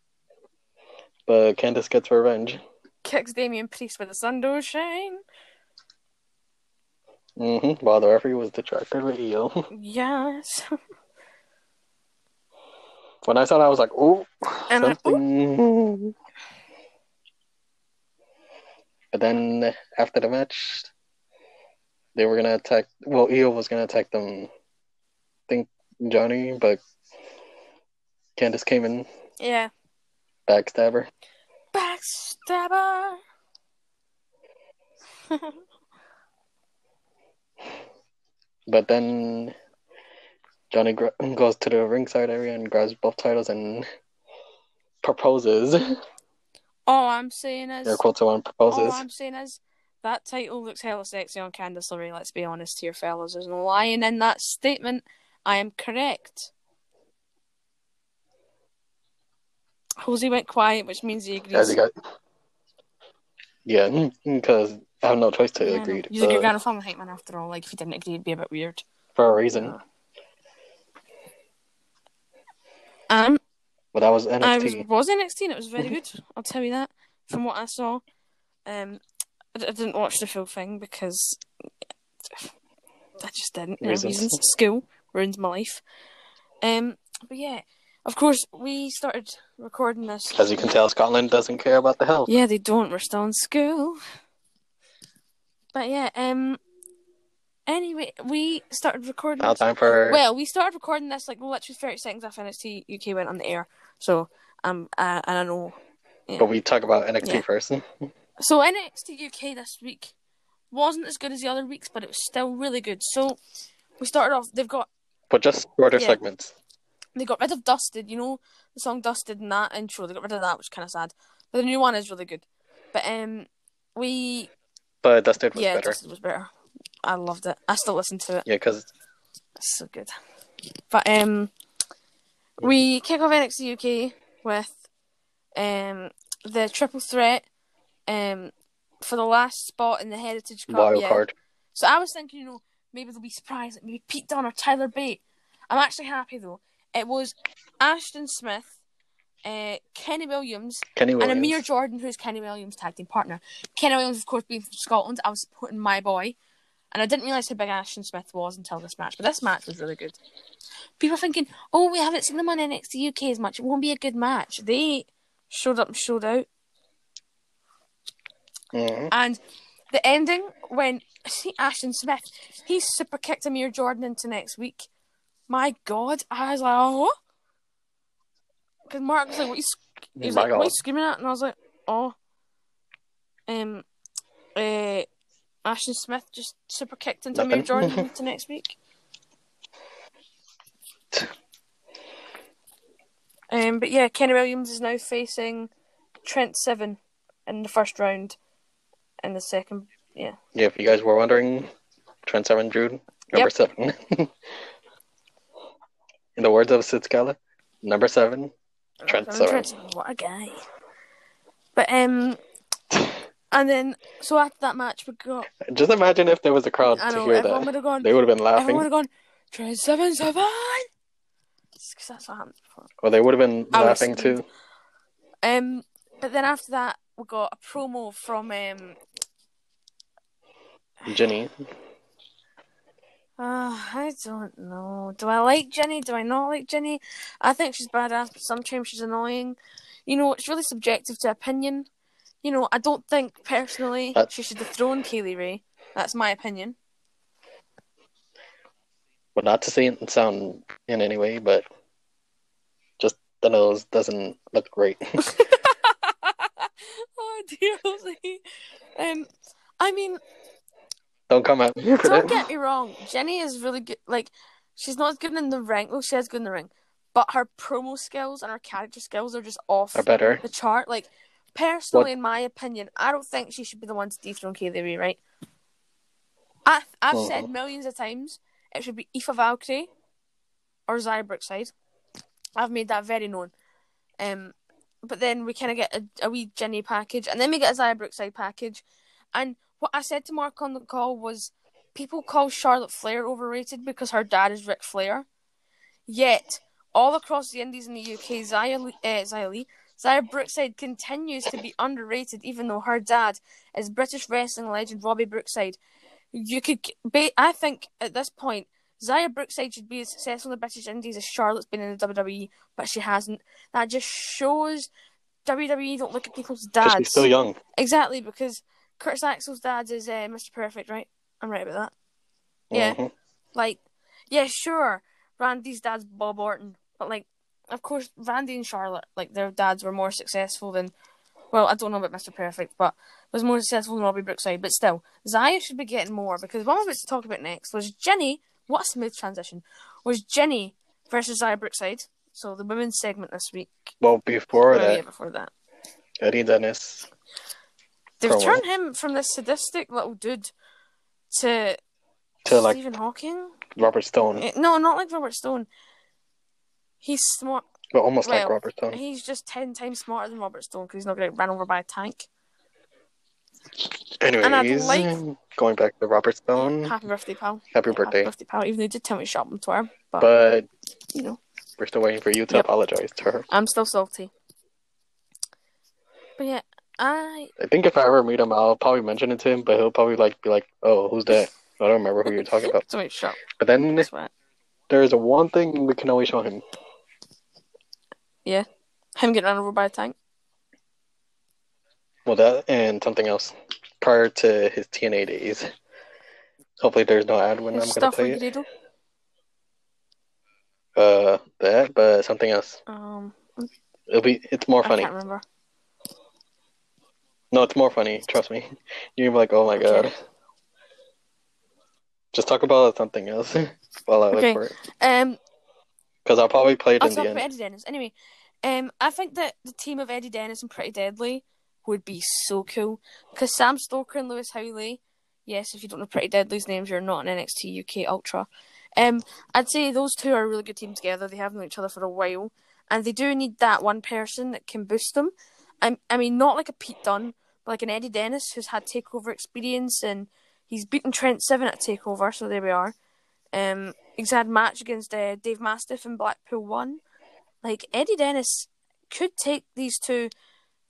Speaker 2: Candace gets revenge.
Speaker 1: Kicks Damien Priest with a sundoe shine.
Speaker 2: hmm While the referee was distracted with Io.
Speaker 1: Yes.
Speaker 2: When I saw that, I was like, "Oh,
Speaker 1: And I-
Speaker 2: something." But then after the match, they were gonna attack. Well, Io was gonna attack them. I think Johnny, but Candace came in,
Speaker 1: Yeah.
Speaker 2: backstabber.
Speaker 1: Backstabber.
Speaker 2: But then Johnny gr- goes to the ringside area and grabs both titles and proposes.
Speaker 1: All I'm saying is,
Speaker 2: Air quotes around
Speaker 1: all
Speaker 2: proposes.
Speaker 1: I'm saying is, that title looks hella sexy on Candice LeRae. Let's be honest here, fellas. There's no lying in that statement. I am correct. Jose went quiet, which means he
Speaker 2: As
Speaker 1: agrees.
Speaker 2: you got, yeah, because I have no choice to
Speaker 1: Yeah, I know.
Speaker 2: agree.
Speaker 1: He's a good
Speaker 2: but
Speaker 1: guy and a family hate man after all. Like if he didn't agree, it'd be a bit weird.
Speaker 2: for a reason.
Speaker 1: Um,
Speaker 2: But I was
Speaker 1: I was
Speaker 2: NXT.
Speaker 1: was NXT and it was very good. I'll tell you that from what I saw. Um, I, d- I didn't watch the full thing because I just didn't. You know,
Speaker 2: Reasons.
Speaker 1: reasons. School ruined my life. Um, but yeah, of course we started recording this.
Speaker 2: As you can tell, Scotland doesn't care about the health.
Speaker 1: Yeah, they don't. We're still in school. But yeah. Um. Anyway, we started recording.
Speaker 2: Now
Speaker 1: this-
Speaker 2: time for
Speaker 1: Well, we started recording this like literally 30 seconds after NXT UK went on the air. So, um, uh, and I know. yeah.
Speaker 2: but we talk about NXT
Speaker 1: Yeah.
Speaker 2: first.
Speaker 1: So, NXT UK this week wasn't as good as the other weeks, but it was still really good. So, we started off, they've got
Speaker 2: But just shorter
Speaker 1: Yeah.
Speaker 2: segments.
Speaker 1: they got rid of Dusted, you know, the song Dusted and that intro, they got rid of that, which is kind of sad. But the new one is really good. But, um, we,
Speaker 2: But Dusted was
Speaker 1: yeah,
Speaker 2: better.
Speaker 1: Dusted was better. I loved it. I still listen to it.
Speaker 2: Yeah, because
Speaker 1: It's so good. But um, we kick off NXT UK with um the triple threat um for the last spot in the Heritage Cup.
Speaker 2: wild
Speaker 1: yeah.
Speaker 2: card.
Speaker 1: So I was thinking, you know, maybe they'll be surprised, like maybe Pete Dunne or Tyler Bate. I'm actually happy though. It was Ashton Smith, uh, Kenny Williams,
Speaker 2: Kenny Williams.
Speaker 1: and Amir Jordan, who's Kenny Williams' tag team partner. Kenny Williams, of course, being from Scotland, I was supporting my boy, and I didn't realise how big Ashton Smith was until this match. But this match was really good. People are thinking, "Oh, we haven't seen them on NXT UK as much. It won't be a good match." They showed up and showed out,
Speaker 2: Mhm.
Speaker 1: and the ending when see Ashton Smith, he super kicked Amir Jordan into next week. My God, I was like, "Oh," because Mark was like, "What are you He was
Speaker 2: My
Speaker 1: like,
Speaker 2: God.
Speaker 1: "What are you screaming at?" And I was like, "Oh." Um, uh, Ashton Smith just super kicked into Amir
Speaker 2: Nothing.
Speaker 1: Jordan to next week. Um, but yeah, Kenny Williams is now facing Trent Seven in the first round, in the second.
Speaker 2: Yeah, if you guys were wondering, Trent Seven Drew, number
Speaker 1: Yep.
Speaker 2: seven. In the words of Sid Scala, number seven. Trent
Speaker 1: round.
Speaker 2: Seven.
Speaker 1: what a guy! But um, and then so after that match, we got.
Speaker 2: Just imagine if there was a crowd
Speaker 1: I
Speaker 2: to
Speaker 1: know
Speaker 2: hear
Speaker 1: everyone
Speaker 2: that.
Speaker 1: would have gone.
Speaker 2: They would have been laughing.
Speaker 1: Everyone would have gone, Trent Seven Seven! Because that's what happened before.
Speaker 2: Well, they would have been
Speaker 1: I was-
Speaker 2: laughing too.
Speaker 1: Um, but then after that, we got a promo from um.
Speaker 2: Ginny.
Speaker 1: Uh, I don't know. Do I like Jenny? Do I not like Jenny? I think she's badass, but sometimes she's annoying. You know, it's really subjective to opinion. You know, I don't think personally
Speaker 2: That-
Speaker 1: she should dethrone Kaylee Ray. That's my opinion.
Speaker 2: Well, not to say it sound in any way, but just the nose doesn't look great.
Speaker 1: oh dear, Rosie. Um, I mean,
Speaker 2: Don't come at me for
Speaker 1: don't
Speaker 2: that.
Speaker 1: get me wrong. Jenny is really good. Like, she's not as good in the ring. Well, she is good in the ring, but her promo skills and her character skills are just off.
Speaker 2: Or better.
Speaker 1: the chart. Like, personally, in my opinion, I don't think she should be the one to dethrone Kaylee Ray, right? I, I've
Speaker 2: Mm.
Speaker 1: said millions of times it should be Aoife Valkyrie or Zaya Brookside. I've made that very known. Um, but then we kind of get a, a wee Jenny package, and then we get a Zaya Brookside package. And what I said to Mark on the call was people call Charlotte Flair overrated because her dad is Ric Flair. Yet, all across the Indies in the UK, Zaya, Le- uh, Zaya Lee Zaya Brookside continues to be underrated, even though her dad is British wrestling legend Robbie Brookside. You could, ba- I think, at this point, Zaya Brookside should be as successful in the British Indies as Charlotte's been in the WWE, but she hasn't. That just shows WWE don't look at people's
Speaker 2: 'Cause
Speaker 1: dads.
Speaker 2: she's still young.
Speaker 1: Exactly, because Curtis Axel's dad is uh, Mr. Perfect, right? I'm right about that. Yeah.
Speaker 2: Mhm.
Speaker 1: Like, yeah, sure, Randy's dad's Bob Orton, but like, of course, Randy and Charlotte, like their dads were more successful than. Well, I don't know about Mr. Perfect, but was more successful than Robbie Brookside. But still, Zaya should be getting more because one of us to talk about next was Jenny. What a smooth transition! Was Jenny versus Zaya Brookside? So the women's segment this week.
Speaker 2: Well, before
Speaker 1: Or yeah,
Speaker 2: that,
Speaker 1: before that.
Speaker 2: Eddie Dennis.
Speaker 1: They've
Speaker 2: Promo.
Speaker 1: turned him from this sadistic little dude to,
Speaker 2: To like
Speaker 1: Stephen Hawking.
Speaker 2: Robert Stone,
Speaker 1: Eh, No, not like Robert Stone. He's smart.
Speaker 2: but almost like
Speaker 1: well, eh,
Speaker 2: Robert Stone.
Speaker 1: He's just ten times smarter than Robert Stone because he's not going to get run over by a tank.
Speaker 2: Anyways,
Speaker 1: I'd like-
Speaker 2: going back to Robert Stone. Mm. Happy,
Speaker 1: Happy birthday, pal.
Speaker 2: birthday!
Speaker 1: Happy birthday, pal. Even though he did tell me to shut up on Twitter, but,
Speaker 2: But
Speaker 1: you know,
Speaker 2: we're still waiting for you to
Speaker 1: Yep.
Speaker 2: apologize to her.
Speaker 1: I'm still salty. But yeah, I
Speaker 2: I think if I ever meet him, I'll probably mention it to him, but he'll probably like be like, "Oh, who's that? I don't remember who you're talking about."
Speaker 1: so wait, shut up.
Speaker 2: But then
Speaker 1: That's right.
Speaker 2: there's one thing we can always show him.
Speaker 1: Him getting run over by a tank.
Speaker 2: Well, that and something else prior to his TNA days. Hopefully, there's no ad when
Speaker 1: His
Speaker 2: I'm gonna
Speaker 1: stuff
Speaker 2: play
Speaker 1: with
Speaker 2: it.
Speaker 1: Greedo.
Speaker 2: Uh, that, but something else.
Speaker 1: Um,
Speaker 2: It'll be. It's more
Speaker 1: I
Speaker 2: funny.
Speaker 1: can't remember.
Speaker 2: No, it's more funny. Trust me. You're gonna be like, oh my
Speaker 1: Okay.
Speaker 2: god. Just talk about something else while I
Speaker 1: Okay.
Speaker 2: look for it,
Speaker 1: Um,
Speaker 2: because I'll probably play it
Speaker 1: I'll
Speaker 2: in
Speaker 1: talk
Speaker 2: the
Speaker 1: about
Speaker 2: end.
Speaker 1: Eddie Dennis anyway. Um, I think that the team of Eddie Dennis and Pretty Deadly would be so cool because Sam Stoker and Lewis Howley. Yes, if you don't know Pretty Deadly's names, you're not an NXT UK Ultra. Um, I'd say those two are a really good team together. They haven't known each other for a while, and they do need that one person that can boost them. I, I mean, not like a Pete Dunne, but like an Eddie Dennis who's had takeover experience and he's beaten Trent Seven at takeover. So there we are. Um, he's had match against uh, Dave Mastiff in Blackpool One. Like Eddie Dennis could take these two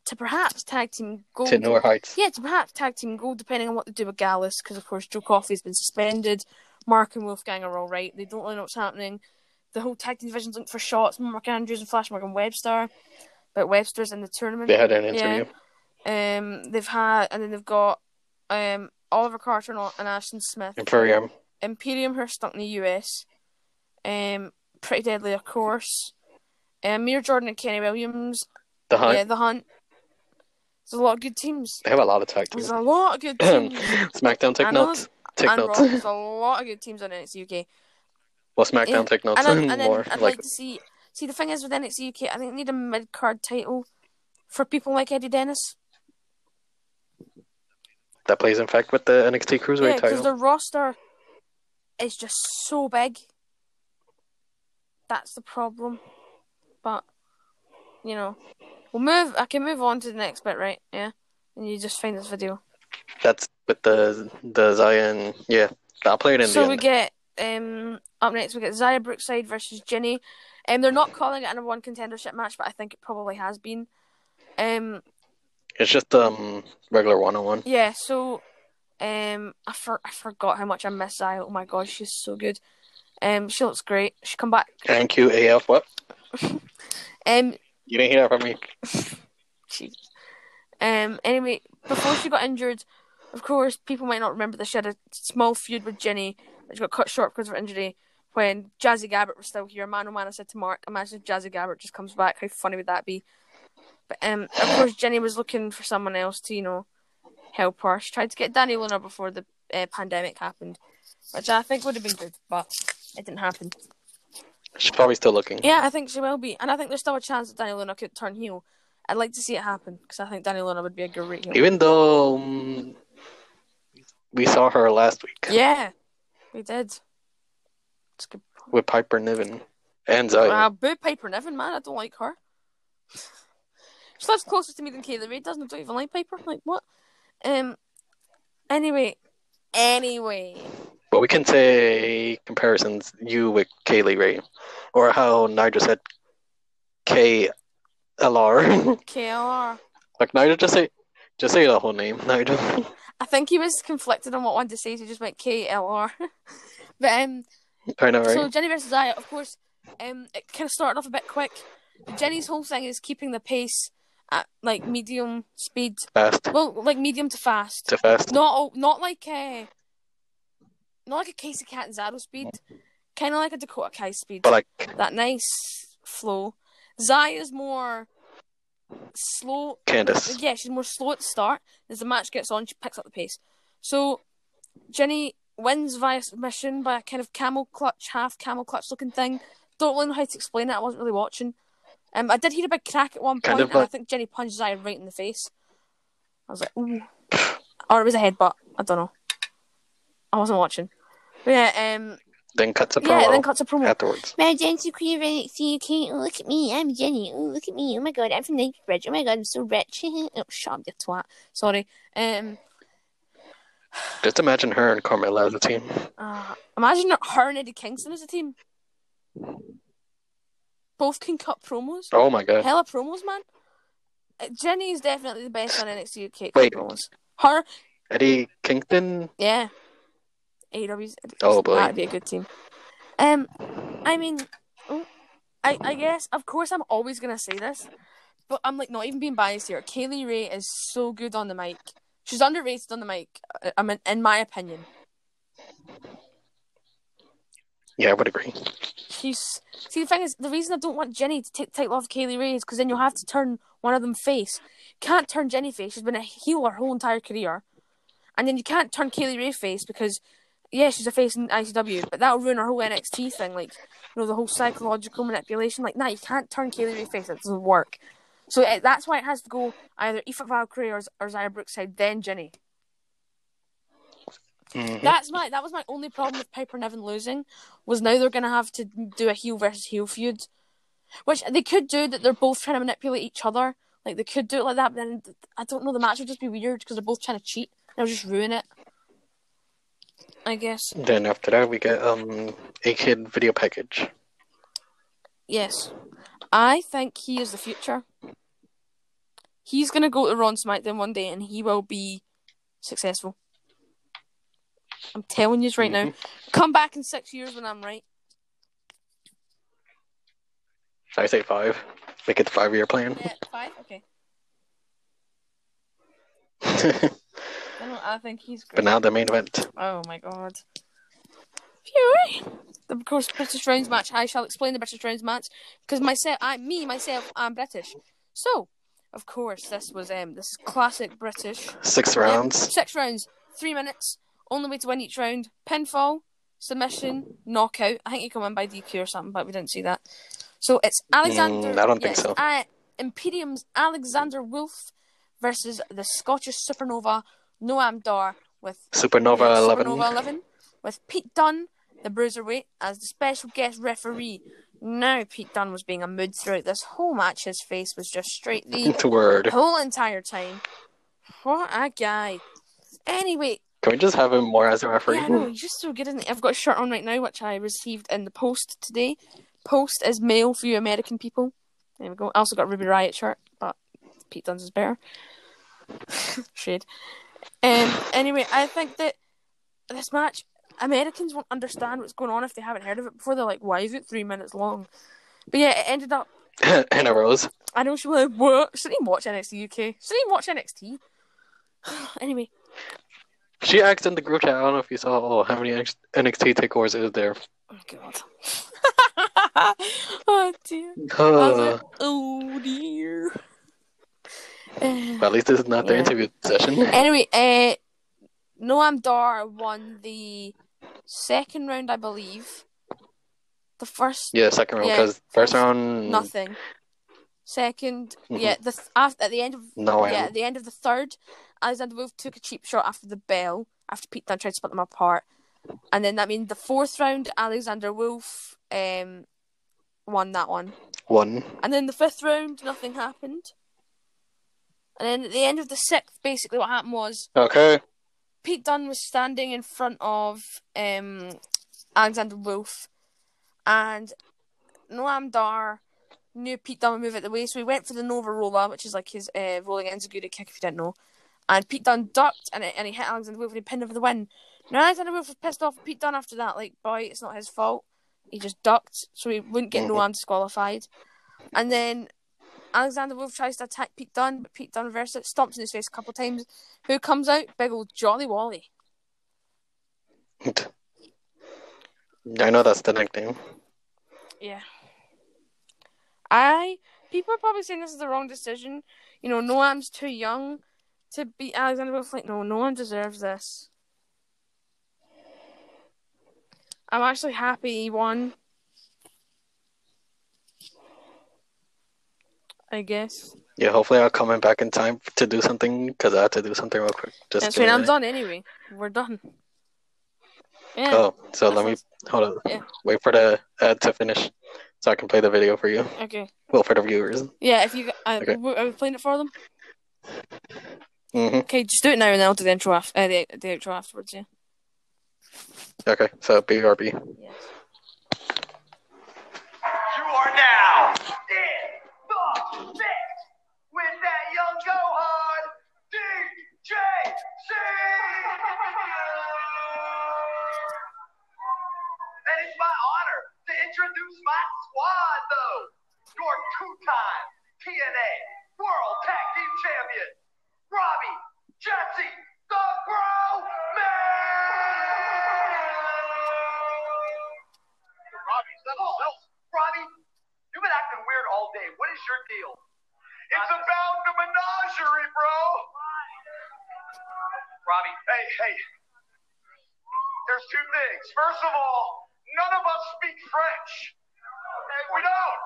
Speaker 1: to perhaps tag team gold.
Speaker 2: To Newer Heights.
Speaker 1: Yeah, to perhaps tag team gold, depending on what they do with Gallus, because of course Joe Coffey's been suspended. Mark and Wolfgang are all right. They don't really know what's happening. The whole tag team division's linked for shots. Mark Andrews and Flash Morgan Webster, but Webster's in the tournament.
Speaker 2: They had an interview.
Speaker 1: Um, they've had, and then they've got um Oliver Carter and, and Ashton Smith.
Speaker 2: Imperium.
Speaker 1: Imperium who are stuck in the US. Um, Pretty Deadly, of course. Um, Mir Jordan and Kenny Williams.
Speaker 2: The Hunt.
Speaker 1: Yeah, The Hunt. There's a lot of good teams.
Speaker 2: They have a lot of tag
Speaker 1: There's a
Speaker 2: teams.
Speaker 1: lot of good teams.
Speaker 2: SmackDown, take
Speaker 1: I know
Speaker 2: notes. Take
Speaker 1: and Raw,
Speaker 2: notes.
Speaker 1: there's a lot of good teams on NXT UK.
Speaker 2: Well, SmackDown,
Speaker 1: yeah.
Speaker 2: take notes.
Speaker 1: And, I, and then
Speaker 2: more
Speaker 1: I'd like,
Speaker 2: like
Speaker 1: to see. See, the thing is with NXT UK, I think they need a mid card title for people like Eddie Dennis.
Speaker 2: that plays in fact with the NXT Cruiserweight
Speaker 1: Yeah, because
Speaker 2: title.
Speaker 1: the roster is just so big. That's the problem. But you know, we'll move. I can move on to the next bit, right? Yeah, and you just find this video.
Speaker 2: That's with the the Zion. Yeah, I'll play it in
Speaker 1: So
Speaker 2: the
Speaker 1: we
Speaker 2: end.
Speaker 1: get um up next. We get Zaya Brookside versus Ginny. Um, they're not calling it a number one contendership match, but I think it probably has been. Um,
Speaker 2: It's just um regular one on one.
Speaker 1: yeah. So, um, I for- I forgot how much I miss Zaya. Oh my god, she's so good. Um, she looks great. She come back.
Speaker 2: NQAF. What?
Speaker 1: Um,
Speaker 2: You didn't hear that from me.
Speaker 1: Jeez. Um. Anyway, before she got injured, of course, people might not remember that she had a small feud with Jenny, which got cut short because of her injury. When Jazzy Gabbert was still here, Mano Mano said to Mark, "Imagine if Jazzy Gabbert just comes back. How funny would that be?" But um, of course, Jenny was looking for someone else to, you know, help her. She tried to get Danny Luna before the uh, pandemic happened, which I think would have been good, but it didn't happen.
Speaker 2: She's probably still looking.
Speaker 1: Yeah, I think she will be, and I think there's still a chance that Danny Luna could turn heel. I'd like to see it happen because I think Danny Luna would be a great heel.
Speaker 2: Even though um, we saw her last week
Speaker 1: Yeah, we did. It's good.
Speaker 2: with Piper Niven and Zion.
Speaker 1: Uh, boo Piper Niven, man. I don't like her. she lives closer to me than Kayla Ray doesn't. I don't even like Piper. Like, what? Um. Anyway. Anyway.
Speaker 2: But we can say comparisons you with Kaylee Ray, or how Nigel said KLR.
Speaker 1: KLR.
Speaker 2: like Nigel, just say just say the whole name, Nigel.
Speaker 1: I think he was conflicted on what one to say, so he just went KLR. but, um,
Speaker 2: I know, right?
Speaker 1: So Jenny versus Zaya, of course, um, it kind of started off a bit quick. Jenny's whole thing is keeping the pace at like medium speed,
Speaker 2: fast,
Speaker 1: well, like medium to fast.
Speaker 2: too fast.
Speaker 1: Not all- not like uh, not like a Casey Catanzaro speed, kind of like a Dakota Kai speed.
Speaker 2: But like
Speaker 1: that nice flow. Zai is more slow.
Speaker 2: Candace,
Speaker 1: Yeah, she's more slow at the start. As the match gets on, she picks up the pace. So Jenny wins via submission by a kind of camel clutch, half camel clutch looking thing. Don't really know how to explain it. I wasn't really watching. Um, I did hear a big crack at one
Speaker 2: Kind
Speaker 1: point,
Speaker 2: of
Speaker 1: and I
Speaker 2: like-
Speaker 1: think Jenny punches Zion right in the face. I was like, ooh. or it was a headbutt. I don't know. I wasn't watching. But yeah, um,
Speaker 2: Then cuts a
Speaker 1: yeah,
Speaker 2: promo
Speaker 1: then cuts a promo.
Speaker 2: afterwards.
Speaker 4: My identity queen of NXT UK. Oh, look at me. I'm Jenny. Oh, look at me. Oh my god, I'm from Knightsbridge. Oh my god, I'm so rich. oh,
Speaker 1: Shut up, you twat. Sorry. Um,
Speaker 2: Just imagine her and Carmella as a team.
Speaker 1: uh, imagine her and Eddie Kingston as a team. Both can cut promos.
Speaker 2: Oh my god.
Speaker 1: Hella promos, man. Uh, Jenny is definitely the best on NXT UK.
Speaker 2: Wait.
Speaker 1: promos. Her,
Speaker 2: Eddie Kingston?
Speaker 1: yeah. AEW's.
Speaker 2: Oh, boy.
Speaker 1: That'd be a good team. Um, I mean, oh, I I guess of course I'm always gonna say this, but I'm like not even being biased here. Kaylee Ray is so good on the mic. She's underrated on the mic. uh, I mean, in my opinion,
Speaker 2: Yeah, I would agree.
Speaker 1: she's see the thing is the reason I don't want Jenny to take the title off Kaylee Ray is because then you'll have to turn one of them face. Can't turn Jenny face. She's been a heel her whole entire career, and then you can't turn Kaylee Ray face because yeah, she's a face in ICW, but that'll ruin her whole NXT thing. Like you know the whole psychological manipulation. Like nah, you can't turn Kaylee Ray face. That doesn't work. So it, that's why it has to go either Aoife Valkyrie or, or Zaya Brookside, then Jenny.
Speaker 2: Mhm.
Speaker 1: That's my that was my only problem with Piper Niven losing was now they're gonna have to do a heel versus heel feud, which they could do that. They're both trying to manipulate each other. Like they could do it like that, but then I don't know. The match would just be weird because they're both trying to cheat. They'll just ruin it. I guess.
Speaker 2: Then after that, we get um a kid video package.
Speaker 1: Yes, I think he is the future. He's gonna go to Raw and SmackDown one day, and he will be successful. I'm telling you right now. Come back in six years when I'm right.
Speaker 2: Should I say five? Make it the five year plan.
Speaker 1: Yeah, five. Okay. I don't- I think he's great.
Speaker 2: but now the main event.
Speaker 1: Oh my god. Fury. Of course, British Rounds match. I shall explain the British Rounds match because myself, I, me, myself, I'm British. So, of course, this was um, this is classic British.
Speaker 2: Six
Speaker 1: Um,
Speaker 2: rounds.
Speaker 1: six rounds, three minutes. Only way to win each round: pinfall, submission, knockout. I think you can win by DQ or something, but we didn't see that. So it's Alexander.
Speaker 2: Mm, I don't think
Speaker 1: yes,
Speaker 2: so.
Speaker 1: uh, Imperium's Alexander Wolf versus the Scottish Supernova Noam Dar with
Speaker 2: Supernova
Speaker 1: yeah,
Speaker 2: eleven.
Speaker 1: Supernova 11 with Pete Dunne, the Bruiserweight, as the special guest referee. Now, Pete Dunne was being a mood throughout this whole match. His face was just straight the
Speaker 2: It's a word.
Speaker 1: the whole entire time. What a guy. Anyway,
Speaker 2: Can we just have him more as a
Speaker 1: yeah, I know,
Speaker 2: referee?
Speaker 1: he's just so good, isn't he? I've got a shirt on right now, which I received in the post today. Post is mail for you American people. There we go. I also got a Ruby Riot shirt, but Pete Dunne's is better. Shade. Um, anyway, I think that this match, Americans won't understand what's going on if they haven't heard of it before. They're like, why is it three minutes long? But yeah, it ended up
Speaker 2: Hannah Rose.
Speaker 1: I know she was like, what? She didn't even watch NXT UK. She didn't even watch NXT. anyway,
Speaker 2: She asked in the group chat. I don't know if you saw oh, how many X- NXT takeovers is there.
Speaker 1: oh god. oh dear. I was
Speaker 2: Uh,
Speaker 1: like, oh dear.
Speaker 2: but at least this is not the
Speaker 1: Yeah.
Speaker 2: interview session.
Speaker 1: anyway, uh, Noam Dar won the second round, I believe. The first,
Speaker 2: Yeah, second round
Speaker 1: Yeah.
Speaker 2: because first round
Speaker 1: nothing. Second,
Speaker 2: Mhm.
Speaker 1: yeah, the th- af- at the end of
Speaker 2: No, I
Speaker 1: yeah,
Speaker 2: am.
Speaker 1: at the end of the third, Alexander Wolf took a cheap shot after the bell, after Pete Dunne tried to split them apart. And then that means the fourth round, Alexander Wolf um, won that one.
Speaker 2: one.
Speaker 1: And then the fifth round, nothing happened. And then at the end of the sixth, basically what happened was
Speaker 2: Okay.
Speaker 1: Pete Dunne was standing in front of um, Alexander Wolf, and Noam Dar knew Pete Dunne would move out the way, so he went for the Nova Roller, which is like his uh, rolling enziguri kick, if you didn't know. And Pete Dunne ducked, and, it, and he hit Alexander Wolf, and he pinned him for the win. Now Alexander Wolf was pissed off at Pete Dunne after that, like, boy, it's not his fault. He just ducked, so he wouldn't get
Speaker 2: Mhm.
Speaker 1: Noam disqualified. And then Alexander Wolf tries to attack Pete Dunne, but Pete Dunne reverses it, stomps in his face a couple of times. Who comes out? Big old Jolly Wally.
Speaker 2: I know that's the nickname.
Speaker 1: Yeah. I people are probably saying this is the wrong decision. You know, Noam's too young to beat Alexander Wolf. Like, no, no one deserves this. I'm actually happy he won. I guess.
Speaker 2: Yeah, hopefully I'll come in back in time to do something because I have to do something real quick. Just
Speaker 1: That's
Speaker 2: give me
Speaker 1: when
Speaker 2: a
Speaker 1: I'm
Speaker 2: minute.
Speaker 1: done anyway. We're done. Yeah.
Speaker 2: Oh, so let
Speaker 1: that's
Speaker 2: me hold on.
Speaker 1: Yeah.
Speaker 2: Wait for the ad to finish so I can play the video for you.
Speaker 1: Okay.
Speaker 2: Well, for the viewers.
Speaker 1: Yeah, if you I,
Speaker 2: Okay.
Speaker 1: w- are we playing it for them?
Speaker 2: hmm
Speaker 1: Okay, just do it now and then I'll do the intro af- uh, the, the outro afterwards, yeah.
Speaker 2: Okay, so BRB.
Speaker 3: You are now in the mix with that young Gohan DJ C. And it's my honor to introduce my squad, though. Your two-time TNA World Tag Team Champion, Robbie Jesse the Bro Man. Robbie, settle yourself. Robbie, you've been acting weird all day. What is your deal? It's about the menagerie, bro. Robbie, hey, hey. There's two things. First of all, none of us speak French. We don't.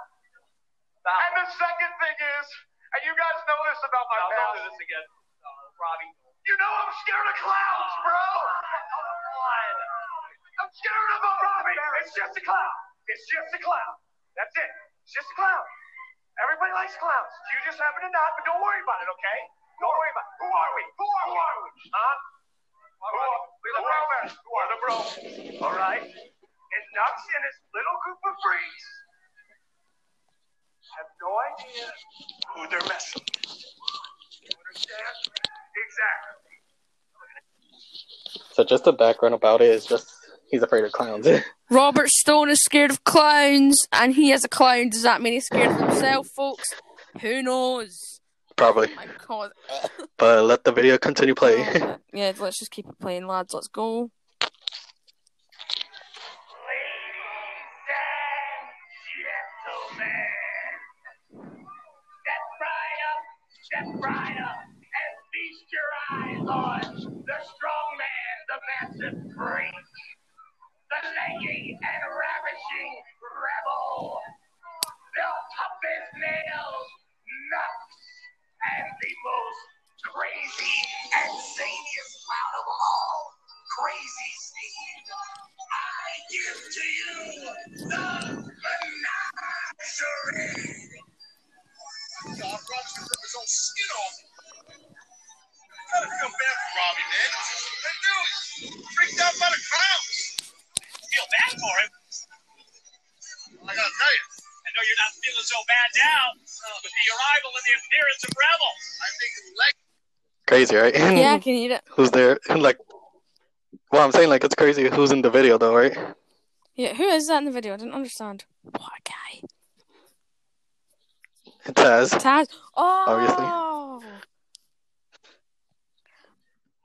Speaker 3: And the second thing is, and you guys know this about my past. Don't do this again, Uh, Robbie. You know I'm scared of clowns, bro. I'm scared of them, Robbie. It's just a clown. It's just a clown. That's it. It's just a clown. Everybody likes clowns. You just happen to not, but don't worry about it, okay? Don't worry about it. Who are we? Who are we? Who are we? Huh? Who are, who are we? Who are the bro? All right. And Nux and his little group of freaks have no idea who they're messing with. You understand? Exactly.
Speaker 2: So just the background about it is just he's afraid of clowns.
Speaker 1: Robert Stone is scared of clowns and he is a clown. Does that mean he's scared of himself, folks? Who knows?
Speaker 2: Probably.
Speaker 1: My god.
Speaker 2: But let the video continue play.
Speaker 1: yeah, let's just keep it playing, lads. Let's go.
Speaker 3: Ladies and gentlemen, step right up, step right up, and feast your eyes on the strong man, the massive freak, the leggy and ravishing rebel, the toughest nails, nuts, and the most crazy and saniest clown of all, Crazy Steve. I give to you the menagerie. God, Robbie's gonna rip his own skin off. Gotta feel bad for Robbie, man. That dude freaked out by the crowds. Feel bad for him? I gotta tell you. I know you're not feeling so bad now with the arrival and the appearance of Rebel. I think it's like
Speaker 2: Crazy, right?
Speaker 1: Yeah, I can hear it.
Speaker 2: Who's there? Like, well, I'm saying like it's crazy who's in the video though, right?
Speaker 1: Yeah, who is that in the video? I didn't understand. What a guy.
Speaker 2: Taz,
Speaker 1: Taz. Oh.
Speaker 2: Obviously. Oh.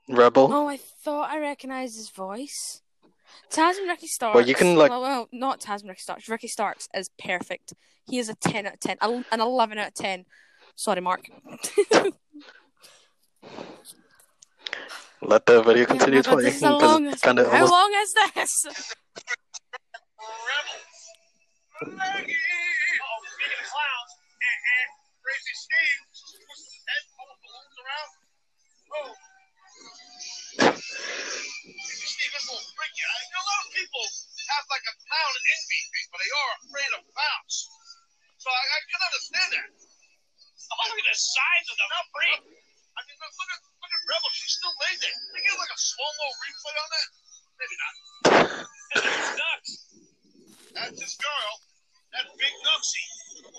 Speaker 2: Rebel.
Speaker 1: Oh, I thought I recognised his voice. Taz and Ricky Starks.
Speaker 2: Well, you can, like-
Speaker 1: Well, well, not Taz and Ricky Starks. Ricky Starks is perfect. He is a ten out of ten. An an eleven out of ten. Sorry, Mark.
Speaker 2: Let the video continue
Speaker 1: my God,
Speaker 2: playing
Speaker 1: this is a
Speaker 2: 'cause
Speaker 1: long-
Speaker 2: it's kinda
Speaker 1: How
Speaker 2: almost-
Speaker 1: long is this?
Speaker 3: rebels. Maggie! Oh, speaking of clowns, and, and crazy Steve twisted his head, all the balloons around. Oh. Crazy Steve, this will freak you. I know a lot of people act like a clown and envy me, but they are afraid of clowns. So I, I can understand that. Look at the size of the freak. I mean, look, look at look at Rebel. She's still laying there. Can we get like a slow mo replay on that? Maybe not. And there's Nux. That's his girl. That big Nuxie.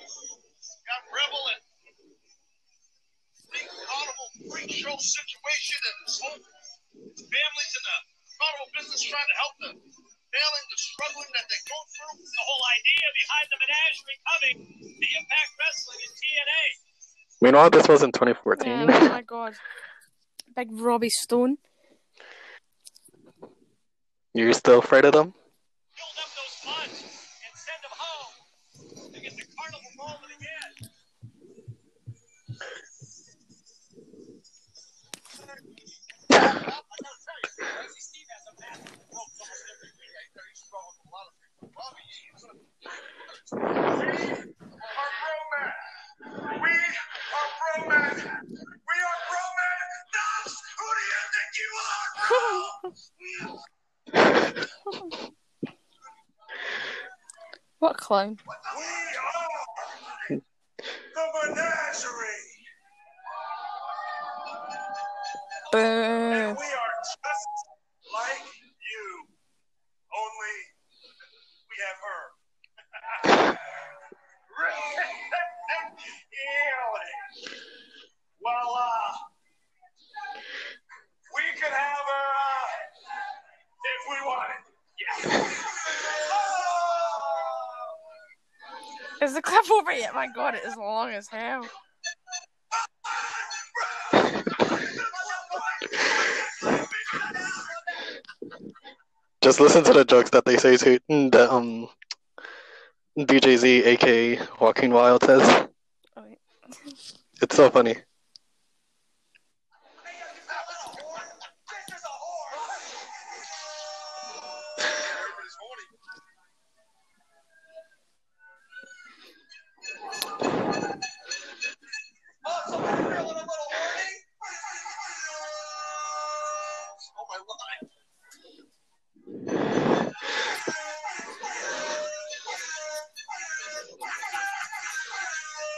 Speaker 3: Got Rebel and big carnival freak show situation and his whole families in the carnival business trying to help the failing, the struggling that they go through. The whole idea behind the menagerie coming, the impact wrestling and TNA.
Speaker 2: Meanwhile, this was in
Speaker 1: Yeah,
Speaker 2: 2014.
Speaker 1: oh my God. Big Robbie Stone.
Speaker 2: You're still afraid of them?
Speaker 3: build up those funds and send them home to get the carnival rolling again. We
Speaker 1: What a clown.
Speaker 3: We are the menagerie.
Speaker 1: Boo.
Speaker 3: We are just like you, only we have her. Really? well, uh, we could have her uh, if we wanted. Yeah.
Speaker 1: Is the clip over yet? My god, it is long as hell.
Speaker 2: Just listen to the jokes that they say to that um DJZ, aka Walking Wild, says.
Speaker 1: Alright.
Speaker 2: It's so funny.
Speaker 3: This is a whore. Everybody's horny. Oh, so I'm feeling a little horny. Oh my line.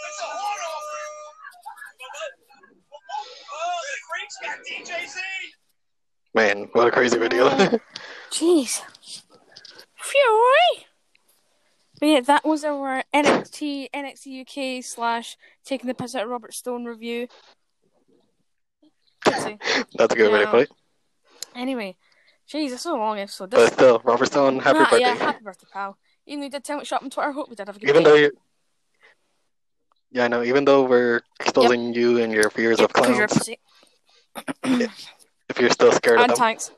Speaker 3: It's a horn offering. Oh, the Greeks got DJZ.
Speaker 2: Man, what a crazy video.
Speaker 1: Jeez. Fury. But yeah, that was our NXT NXT UK slash taking the piss out of Robert Stone review. Let's see.
Speaker 2: That's a good way to
Speaker 1: Yeah.
Speaker 2: put it.
Speaker 1: Anyway, jeez, this is a long episode. This,
Speaker 2: But still, Robert Stone, Uh, happy
Speaker 1: Ah,
Speaker 2: birthday.
Speaker 1: Yeah, happy birthday, pal. Even though you did tell me to shut up on Twitter, I hope we did have a good
Speaker 2: even
Speaker 1: day.
Speaker 2: though you yeah, I know. Even though we're exposing you and your fears of
Speaker 1: Because you're a
Speaker 2: clowns,
Speaker 1: pussy.
Speaker 2: if you're still scared
Speaker 1: And
Speaker 2: of them,
Speaker 1: tanks.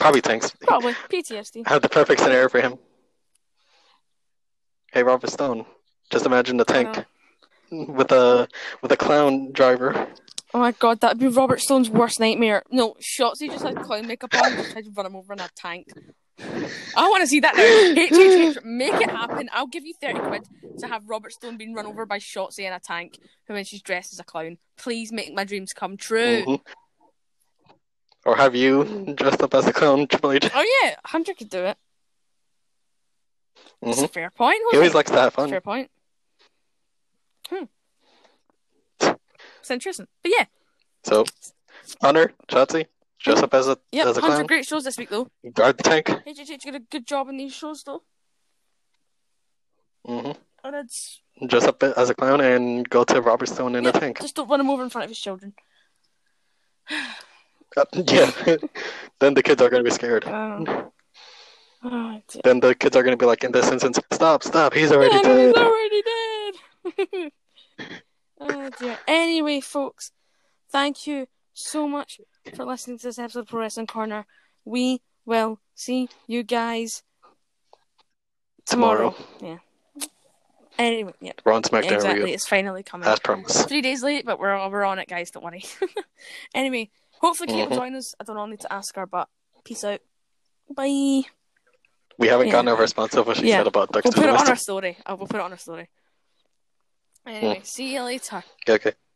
Speaker 2: probably thanks.
Speaker 1: Probably. PTSD.
Speaker 2: I have the perfect scenario for him. Hey, Robert Stone, just imagine a tank with a with a clown driver.
Speaker 1: Oh my god, that'd be Robert Stone's worst nightmare. No, shots. He just had clown makeup on, just tried to run him over in a tank. I want to see that now. HHH, make it happen. I'll give you 30 quid to have Robert Stone being run over by Shotzi in a tank, who when she's dressed as a clown. Please make my dreams come true.
Speaker 2: Mhm. Mm-hmm. Or have
Speaker 1: Mm.
Speaker 2: you dressed up as a clown, Triple H?
Speaker 1: Oh yeah, 100 could do it. It's
Speaker 2: Mhm.
Speaker 1: a fair point.
Speaker 2: He
Speaker 1: Jose.
Speaker 2: always likes to have fun.
Speaker 1: Fair point. Hmm. It's interesting. But yeah,
Speaker 2: So, Hunter, Chauncey, dress up as a
Speaker 1: yeah,
Speaker 2: as a
Speaker 1: 100
Speaker 2: clown,
Speaker 1: great shows this week though.
Speaker 2: guard the tank.
Speaker 1: HHH did a good job in these shows though.
Speaker 2: hmm
Speaker 1: And it's
Speaker 2: Dress up as a clown and go to Robert Stone in a
Speaker 1: Yeah,
Speaker 2: tank.
Speaker 1: Just don't run him over in front of his children.
Speaker 2: Uh, yeah. then the kids are gonna be scared.
Speaker 1: Oh. Oh, dear.
Speaker 2: Then the kids are gonna be like, in this instance, stop, stop, he's already
Speaker 1: And
Speaker 2: dead.
Speaker 1: he's already dead. oh dear. Anyway, folks, thank you so much for listening to this episode of Pro Wrestling Corner. We will see you guys tomorrow. Yeah. Anyway, yeah,
Speaker 2: We're on SmackDown
Speaker 1: exactly.
Speaker 2: Review,
Speaker 1: It's finally coming.
Speaker 2: as promised.
Speaker 1: Three days late, but we're we're on it, guys. Don't worry. anyway, hopefully Kate
Speaker 2: Mhm.
Speaker 1: will join us. I don't know. I need to ask her, but peace out. Bye.
Speaker 2: We haven't
Speaker 1: Yeah.
Speaker 2: gotten a response of what she
Speaker 1: Yeah.
Speaker 2: said about Dexter.
Speaker 1: We'll put it on
Speaker 2: Lawrence.
Speaker 1: our story. Oh, we'll put it on our story. Anyway, see you later.
Speaker 2: Okay, okay.